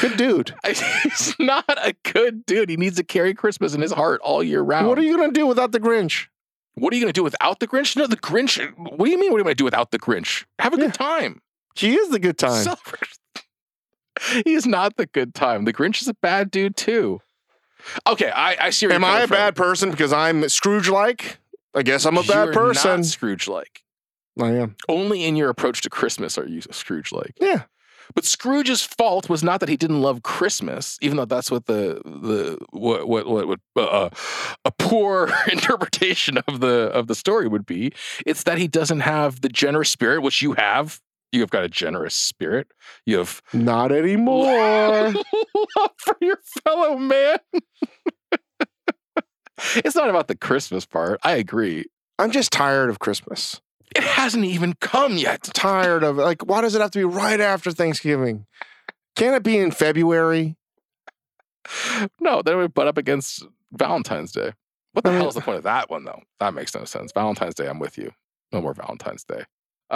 Speaker 1: Good dude.
Speaker 2: <laughs> he's not a good dude. He needs to carry Christmas in his heart all year round.
Speaker 1: What are you going to do without the Grinch?
Speaker 2: What are you going to do without the Grinch? No, the Grinch. What do you mean? What am I going to do without the Grinch? Have a
Speaker 1: Yeah.
Speaker 2: good time.
Speaker 1: He is the good time.
Speaker 2: <laughs> Celebrate. He's not the good time. The Grinch is a bad dude too. Okay, I, I see. Where
Speaker 1: Am
Speaker 2: you're
Speaker 1: I
Speaker 2: coming
Speaker 1: a
Speaker 2: from.
Speaker 1: bad person because I'm Scrooge like? I guess I'm a bad
Speaker 2: You're
Speaker 1: person.
Speaker 2: Not Scrooge-like.
Speaker 1: I am.
Speaker 2: Only in your approach to Christmas are you Scrooge-like.
Speaker 1: Yeah.
Speaker 2: But Scrooge's fault was not that he didn't love Christmas, even though that's what the the what what what, what uh, uh, a poor <laughs> interpretation of the of the story would be. It's that he doesn't have the generous spirit which you have. You have got a generous spirit. You have <laughs>
Speaker 1: Not anymore.
Speaker 2: love for your fellow man. <laughs> it's not about the Christmas part. I agree.
Speaker 1: I'm just tired of Christmas.
Speaker 2: It hasn't even come yet.
Speaker 1: tired of like why does it have to be right after Thanksgiving? Can it be in February?
Speaker 2: <laughs> No, then we butt up against Valentine's Day. What the
Speaker 1: I mean-
Speaker 2: hell is the point of that one though? That makes no sense. Valentine's Day, I'm with you. No more Valentine's Day.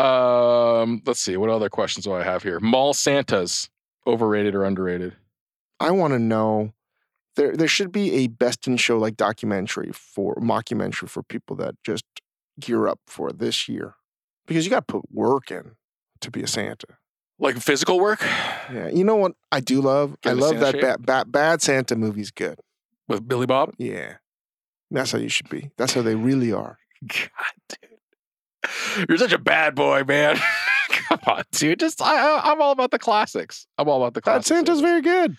Speaker 2: Um, let's see. What other questions do I have here? Mall Santas, overrated or underrated?
Speaker 1: I want to know. There there should be a best in show like documentary for mockumentary for people that just gear up for this year. Because you gotta put work in to be a Santa.
Speaker 2: Like physical work
Speaker 1: Yeah. You know what I do love?
Speaker 2: Get
Speaker 1: I
Speaker 2: in the
Speaker 1: love
Speaker 2: Santa
Speaker 1: that
Speaker 2: shape?
Speaker 1: bad, bad bad Santa movie's good.
Speaker 2: with Billy Bob?
Speaker 1: Yeah. That's how you should be. That's how they really are.
Speaker 2: God, dude. <laughs> You're such a bad boy, man. <laughs> Come on, dude. Just I, I- I'm all about the classics. I'm all about the
Speaker 1: Bad
Speaker 2: classics.
Speaker 1: Santa's very good.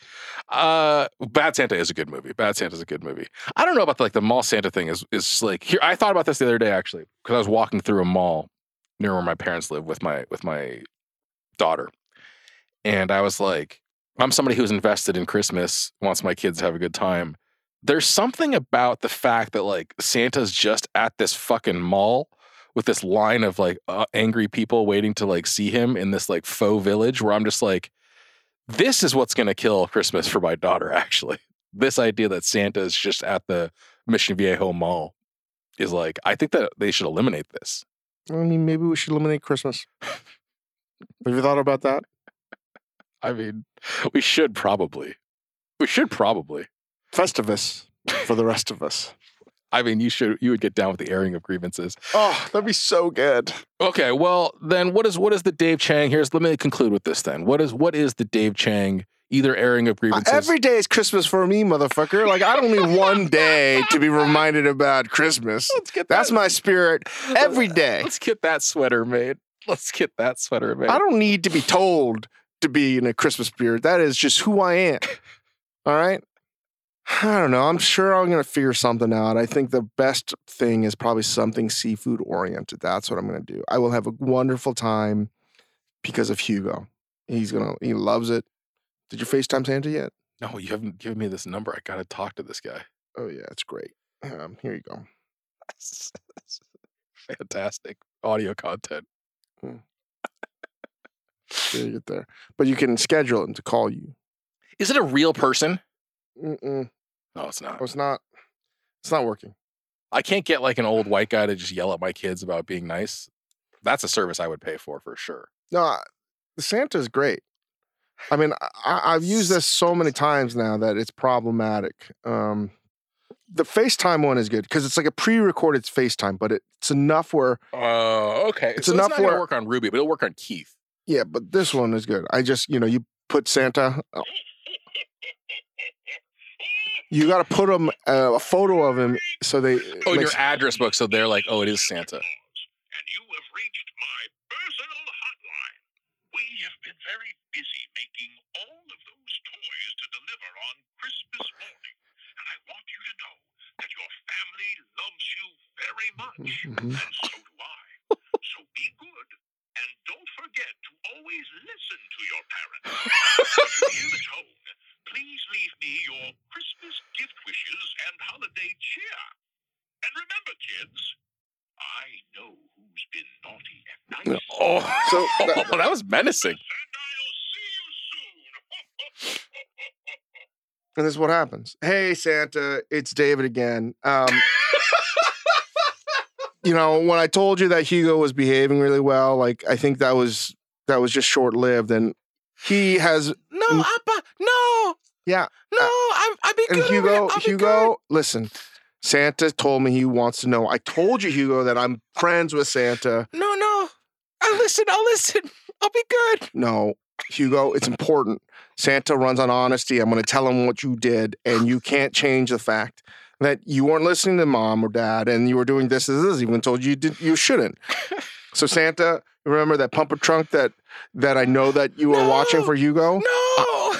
Speaker 2: Uh, Bad Santa is a good movie. Bad Santa's a good movie. I don't know about the, like the mall Santa thing. Is is like here? I thought about this the other day actually because I was walking through a mall near where my parents live with my with my daughter, and I was like, I'm somebody who's invested in Christmas. Wants my kids to have a good time. There's something about the fact that like Santa's just at this fucking mall with this line of like uh, angry people waiting to like see him in this like faux village where I'm just like this is what's going to kill Christmas for my daughter, actually. This idea that Santa is just at the Mission Viejo Mall is like, I think that they should eliminate this.
Speaker 1: I mean, maybe we should eliminate <laughs> Christmas. Have you thought about that?
Speaker 2: I mean, <laughs> we should probably. We should probably.
Speaker 1: Festivus for the rest of us.
Speaker 2: I mean, you should you would get down with the airing of grievances.
Speaker 1: <laughs> Oh, that'd be so good.
Speaker 2: Okay, well, then what is what is the Dave Chang? Here's let me conclude with this then. What is what is the Dave Chang either airing of grievances?
Speaker 1: Uh, Every day is Christmas for me, motherfucker. Like I don't need one day to be reminded about Christmas.
Speaker 2: Let's get
Speaker 1: That's
Speaker 2: that- <laughs>
Speaker 1: my spirit every day.
Speaker 2: Let's get that sweater made. Let's get that sweater made.
Speaker 1: I don't need to be told to be in a Christmas spirit. That is just who I am. All right. I don't know. I'm sure I'm gonna figure something out. I think the best thing is probably something seafood oriented. That's what I'm gonna do. I will have a wonderful time because of Hugo. He's gonna he loves it. Did you FaceTime Santa yet?
Speaker 2: no, you haven't given me this number. I gotta talk to this <laughs> guy.
Speaker 1: Oh yeah, it's great. Um, here you go.
Speaker 2: fantastic audio content.
Speaker 1: There you get there. But you can schedule him to call you.
Speaker 2: Is it a real person?
Speaker 1: Mm-mm.
Speaker 2: No, it's not.
Speaker 1: Oh, it's not. It's not working.
Speaker 2: I can't get like an <laughs> old white guy to just yell at my kids about being nice. That's a service I would pay for for sure.
Speaker 1: No, I- Santa's great. I mean, I- I, I've used this so many times now that it's problematic. Um, the FaceTime one is good because it's like a pre-recorded FaceTime, but it's enough where
Speaker 2: Oh, okay.
Speaker 1: It's
Speaker 2: So
Speaker 1: enough
Speaker 2: it's not gonna
Speaker 1: where-
Speaker 2: work on Ruby, but it'll work on Keith.
Speaker 1: yeah. But this one is good. I just you know you put Santa. uh, You got to put him uh, a photo of him so they.
Speaker 2: Oh, in
Speaker 1: makes-
Speaker 2: your address book, so they're like, oh, it is Santa.
Speaker 4: And you have reached my personal hotline. We have been very busy making all of those toys to deliver on Christmas morning. And I want you to know that your family loves you very much.
Speaker 1: Mhm.
Speaker 4: And so do I. So be good. And don't forget to always listen to your parents. When you hear the tone, they cheer. And remember, kids, I know who's been naughty and nice.
Speaker 2: <laughs> Oh,
Speaker 1: So
Speaker 2: that, was menacing.
Speaker 4: And I'll see you soon.
Speaker 1: And this is what happens. Hey, Santa, it's David again. Um, you know, when I told you that Hugo was behaving really well, like I think that was that was just short lived, and he has.
Speaker 2: No,
Speaker 1: Mm.
Speaker 2: Appa, no.
Speaker 1: Yeah, uh,
Speaker 2: No, I'm, I'll be
Speaker 1: And
Speaker 2: good.
Speaker 1: Hugo,
Speaker 2: I'll be
Speaker 1: Hugo, listen. Santa told me he wants to know. I told you, Hugo, that I'm friends with Santa.
Speaker 2: good. No, no. I'll listen. I'll listen. I'll be good.
Speaker 1: No, Hugo, it's important. Santa runs on honesty. I'm going to tell him what you did, and you can't change the fact that you weren't listening to mom or dad, and you were doing this and this. Even told you did, you shouldn't. So Santa, remember that pumper trunk that that I know that you were watching
Speaker 2: No.
Speaker 1: for Hugo.
Speaker 2: <laughs> No,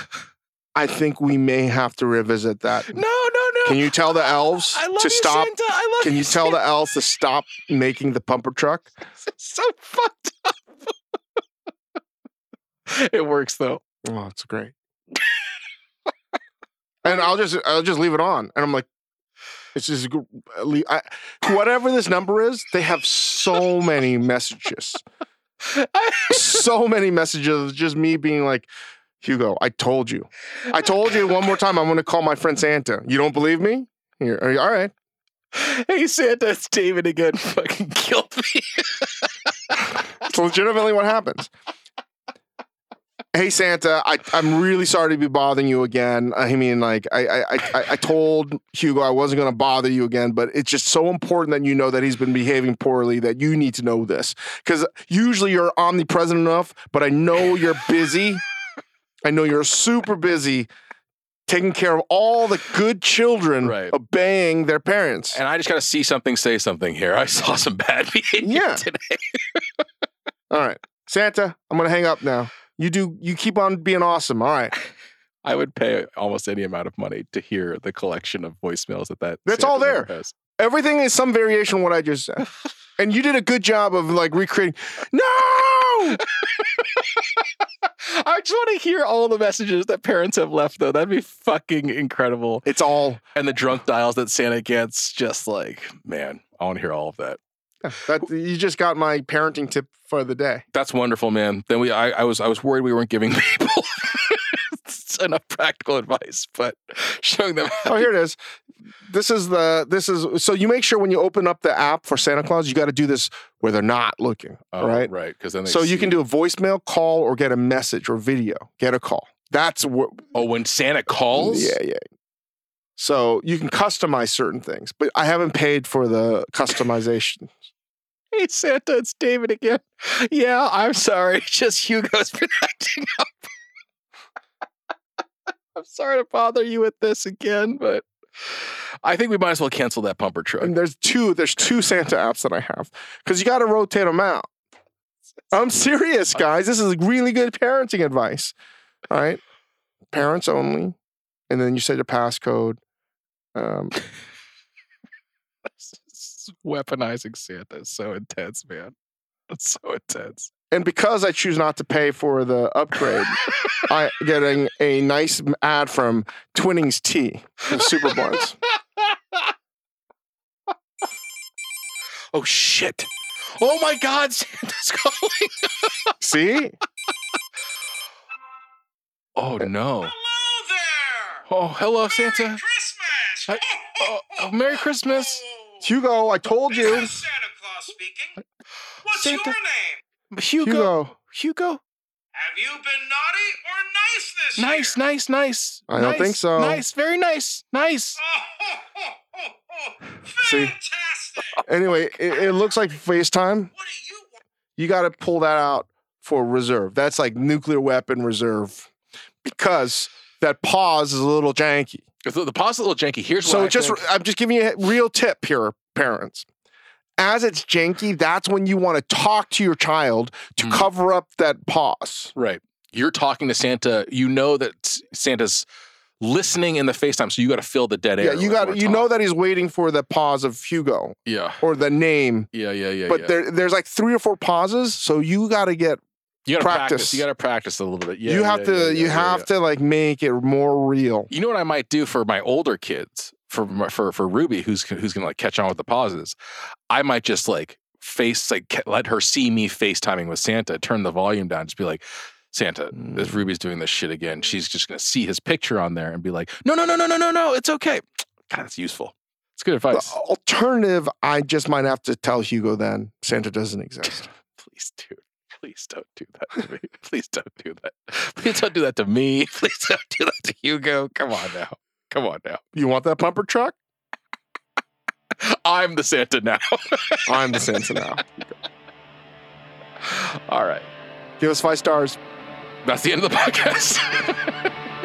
Speaker 1: I think we may have to revisit that.
Speaker 2: no, no, no.
Speaker 1: Can you tell the elves
Speaker 2: I love
Speaker 1: to
Speaker 2: you,
Speaker 1: stop?
Speaker 2: Santa. I love
Speaker 1: Can you tell
Speaker 2: Santa.
Speaker 1: the elves to stop making the pumper truck?
Speaker 2: It's <laughs> so fucked up. <laughs> it works though. <laughs>
Speaker 1: Oh, it's great. and I'll just I'll just leave it on, and I'm like, it's just gr- I, whatever this number is. They have so many messages,
Speaker 2: I,
Speaker 1: so many messages. of Just me being like, Hugo, I told you, I told you one more time. I'm going to call my friend Santa. You don't believe me? Here, are you- all right.
Speaker 2: Hey Santa, it's David again. <laughs> Fucking killed me.
Speaker 1: It's legitimately what happens. Hey Santa, I, I'm really sorry to be bothering you again. I mean, like I I, I- I I told Hugo I wasn't going to bother you again, but it's just so important that you know that he's been behaving poorly that you need to know this because usually you're omnipresent enough, but I know you're busy. I know you're super busy taking care of all the good children
Speaker 2: Right.
Speaker 1: obeying their parents.
Speaker 2: And I just gotta see something, say something here. I saw some bad <laughs> behavior
Speaker 1: Yeah.
Speaker 2: today. <laughs>
Speaker 1: All right, Santa, I'm going to hang up now. You do you keep on being awesome. All right.
Speaker 2: I would pay almost any amount of money to hear the collection of voicemails that that.
Speaker 1: That's
Speaker 2: Santa
Speaker 1: all there.
Speaker 2: number Has.
Speaker 1: Everything is some variation of what I just
Speaker 2: <laughs>
Speaker 1: said. And you did a good job of like recreating.
Speaker 2: <laughs>
Speaker 1: No!
Speaker 2: I just want to hear all the messages that parents have left, though. That'd be fucking incredible.
Speaker 1: It's all
Speaker 2: And the drunk dials that Santa gets, just like, man, I want to hear all of that.
Speaker 1: that you just got my parenting tip for the day.
Speaker 2: That's wonderful, man. Then we, I, I was, I was worried we weren't giving <laughs> people enough practical advice, but showing them. How
Speaker 1: Oh, here it is. This is the this is so you make sure when you open up the app for Santa Claus, you got to do this where they're not looking,
Speaker 2: Oh,
Speaker 1: right?
Speaker 2: right. Because then they
Speaker 1: So you
Speaker 2: see-
Speaker 1: can do a voicemail call or get a message or video. Get a call. That's what
Speaker 2: Oh, when Santa calls,
Speaker 1: Yeah, yeah. So you can customize certain things, but I haven't paid for the customization.
Speaker 2: Hey Santa, it's David again. Yeah, I'm sorry. <laughs> Just Hugo's been <laughs> acting up. I'm sorry to bother you with this again, but I think we might as well cancel that pumper <laughs> truck.
Speaker 1: And there's two, there's two Santa apps that I have because you got to rotate them out. I'm serious, guys. This is really good parenting advice. All right. Parents only. And then you set your passcode. Um,
Speaker 2: Weaponizing Santa is so intense, man. It's so intense.
Speaker 1: and because I choose not to pay for the upgrade, I getting a nice ad from Twinnings Tea, from Super Blunts.
Speaker 2: Oh shit. Oh my god, <laughs> Santa's calling.
Speaker 1: See?
Speaker 2: Oh no.
Speaker 4: Hello there!
Speaker 2: Oh, hello, Santa.
Speaker 4: Merry Christmas!
Speaker 2: I-
Speaker 4: <laughs>
Speaker 2: oh, oh, Merry Christmas.
Speaker 1: Hugo, I told
Speaker 4: This
Speaker 1: you.
Speaker 4: is Santa Claus speaking. What's
Speaker 2: Santa-
Speaker 4: your name?
Speaker 2: <laughs> Hugo.
Speaker 1: Hugo.
Speaker 2: Hugo.
Speaker 4: Have you been naughty or nice
Speaker 2: Nice,
Speaker 4: this year?
Speaker 2: nice, nice.
Speaker 1: I don't
Speaker 2: Nice,
Speaker 1: think so.
Speaker 2: Nice, very nice, nice.
Speaker 4: <laughs> Oh, ho, ho, ho, ho.
Speaker 1: See?
Speaker 4: Fantastic!
Speaker 1: Anyway, it, it looks like FaceTime.
Speaker 4: What do you want?
Speaker 1: you got to pull that out for reserve. That's like nuclear weapon reserve because that pause is a little janky.
Speaker 2: The, the pause is a little janky. Here's
Speaker 1: so
Speaker 2: what I
Speaker 1: just
Speaker 2: think.
Speaker 1: I'm just giving you a real tip here, parents. As it's janky, that's when you want to talk to your child to
Speaker 2: Mm.
Speaker 1: cover up that pause.
Speaker 2: right. You're talking to Santa. You know that S- Santa's listening in the FaceTime, so you got to fill the dead
Speaker 1: Yeah,
Speaker 2: air.
Speaker 1: you
Speaker 2: with
Speaker 1: got
Speaker 2: more
Speaker 1: you know
Speaker 2: talk.
Speaker 1: that he's waiting for the pause of Hugo
Speaker 2: Yeah,
Speaker 1: or the name,
Speaker 2: yeah, yeah, yeah.
Speaker 1: but
Speaker 2: yeah.
Speaker 1: there there's like three or four pauses, so you got to get
Speaker 2: you got to practice.
Speaker 1: practice.
Speaker 2: You got to practice a little bit. Yeah,
Speaker 1: you have
Speaker 2: yeah,
Speaker 1: to
Speaker 2: yeah, yeah,
Speaker 1: you
Speaker 2: yeah,
Speaker 1: have
Speaker 2: yeah.
Speaker 1: to like make it more real.
Speaker 2: You know what I might do for my older kids? for my- for for Ruby, who's who's gonna like catch on with the pauses, I might just like face like ca- let her see me FaceTiming with Santa, turn the volume down, just be like, Santa, this Ruby's doing this shit again. She's just gonna see his picture on there and be like, no, no, no, no, no, no, no, it's okay. God, that's useful. It's good
Speaker 1: The
Speaker 2: advice.
Speaker 1: alternative, I just might have to tell Hugo then Santa doesn't exist.
Speaker 2: Please, dude. Please don't do that <laughs> to me. Please don't do that. Please don't do that to me. <laughs> Please don't do that to Hugo. Come on now. Come on now.
Speaker 1: You want that pumper truck?
Speaker 2: I'm the Santa now. <laughs>
Speaker 1: I'm the Santa now.
Speaker 2: All right.
Speaker 1: Give us five stars.
Speaker 2: That's the end of the <laughs> podcast.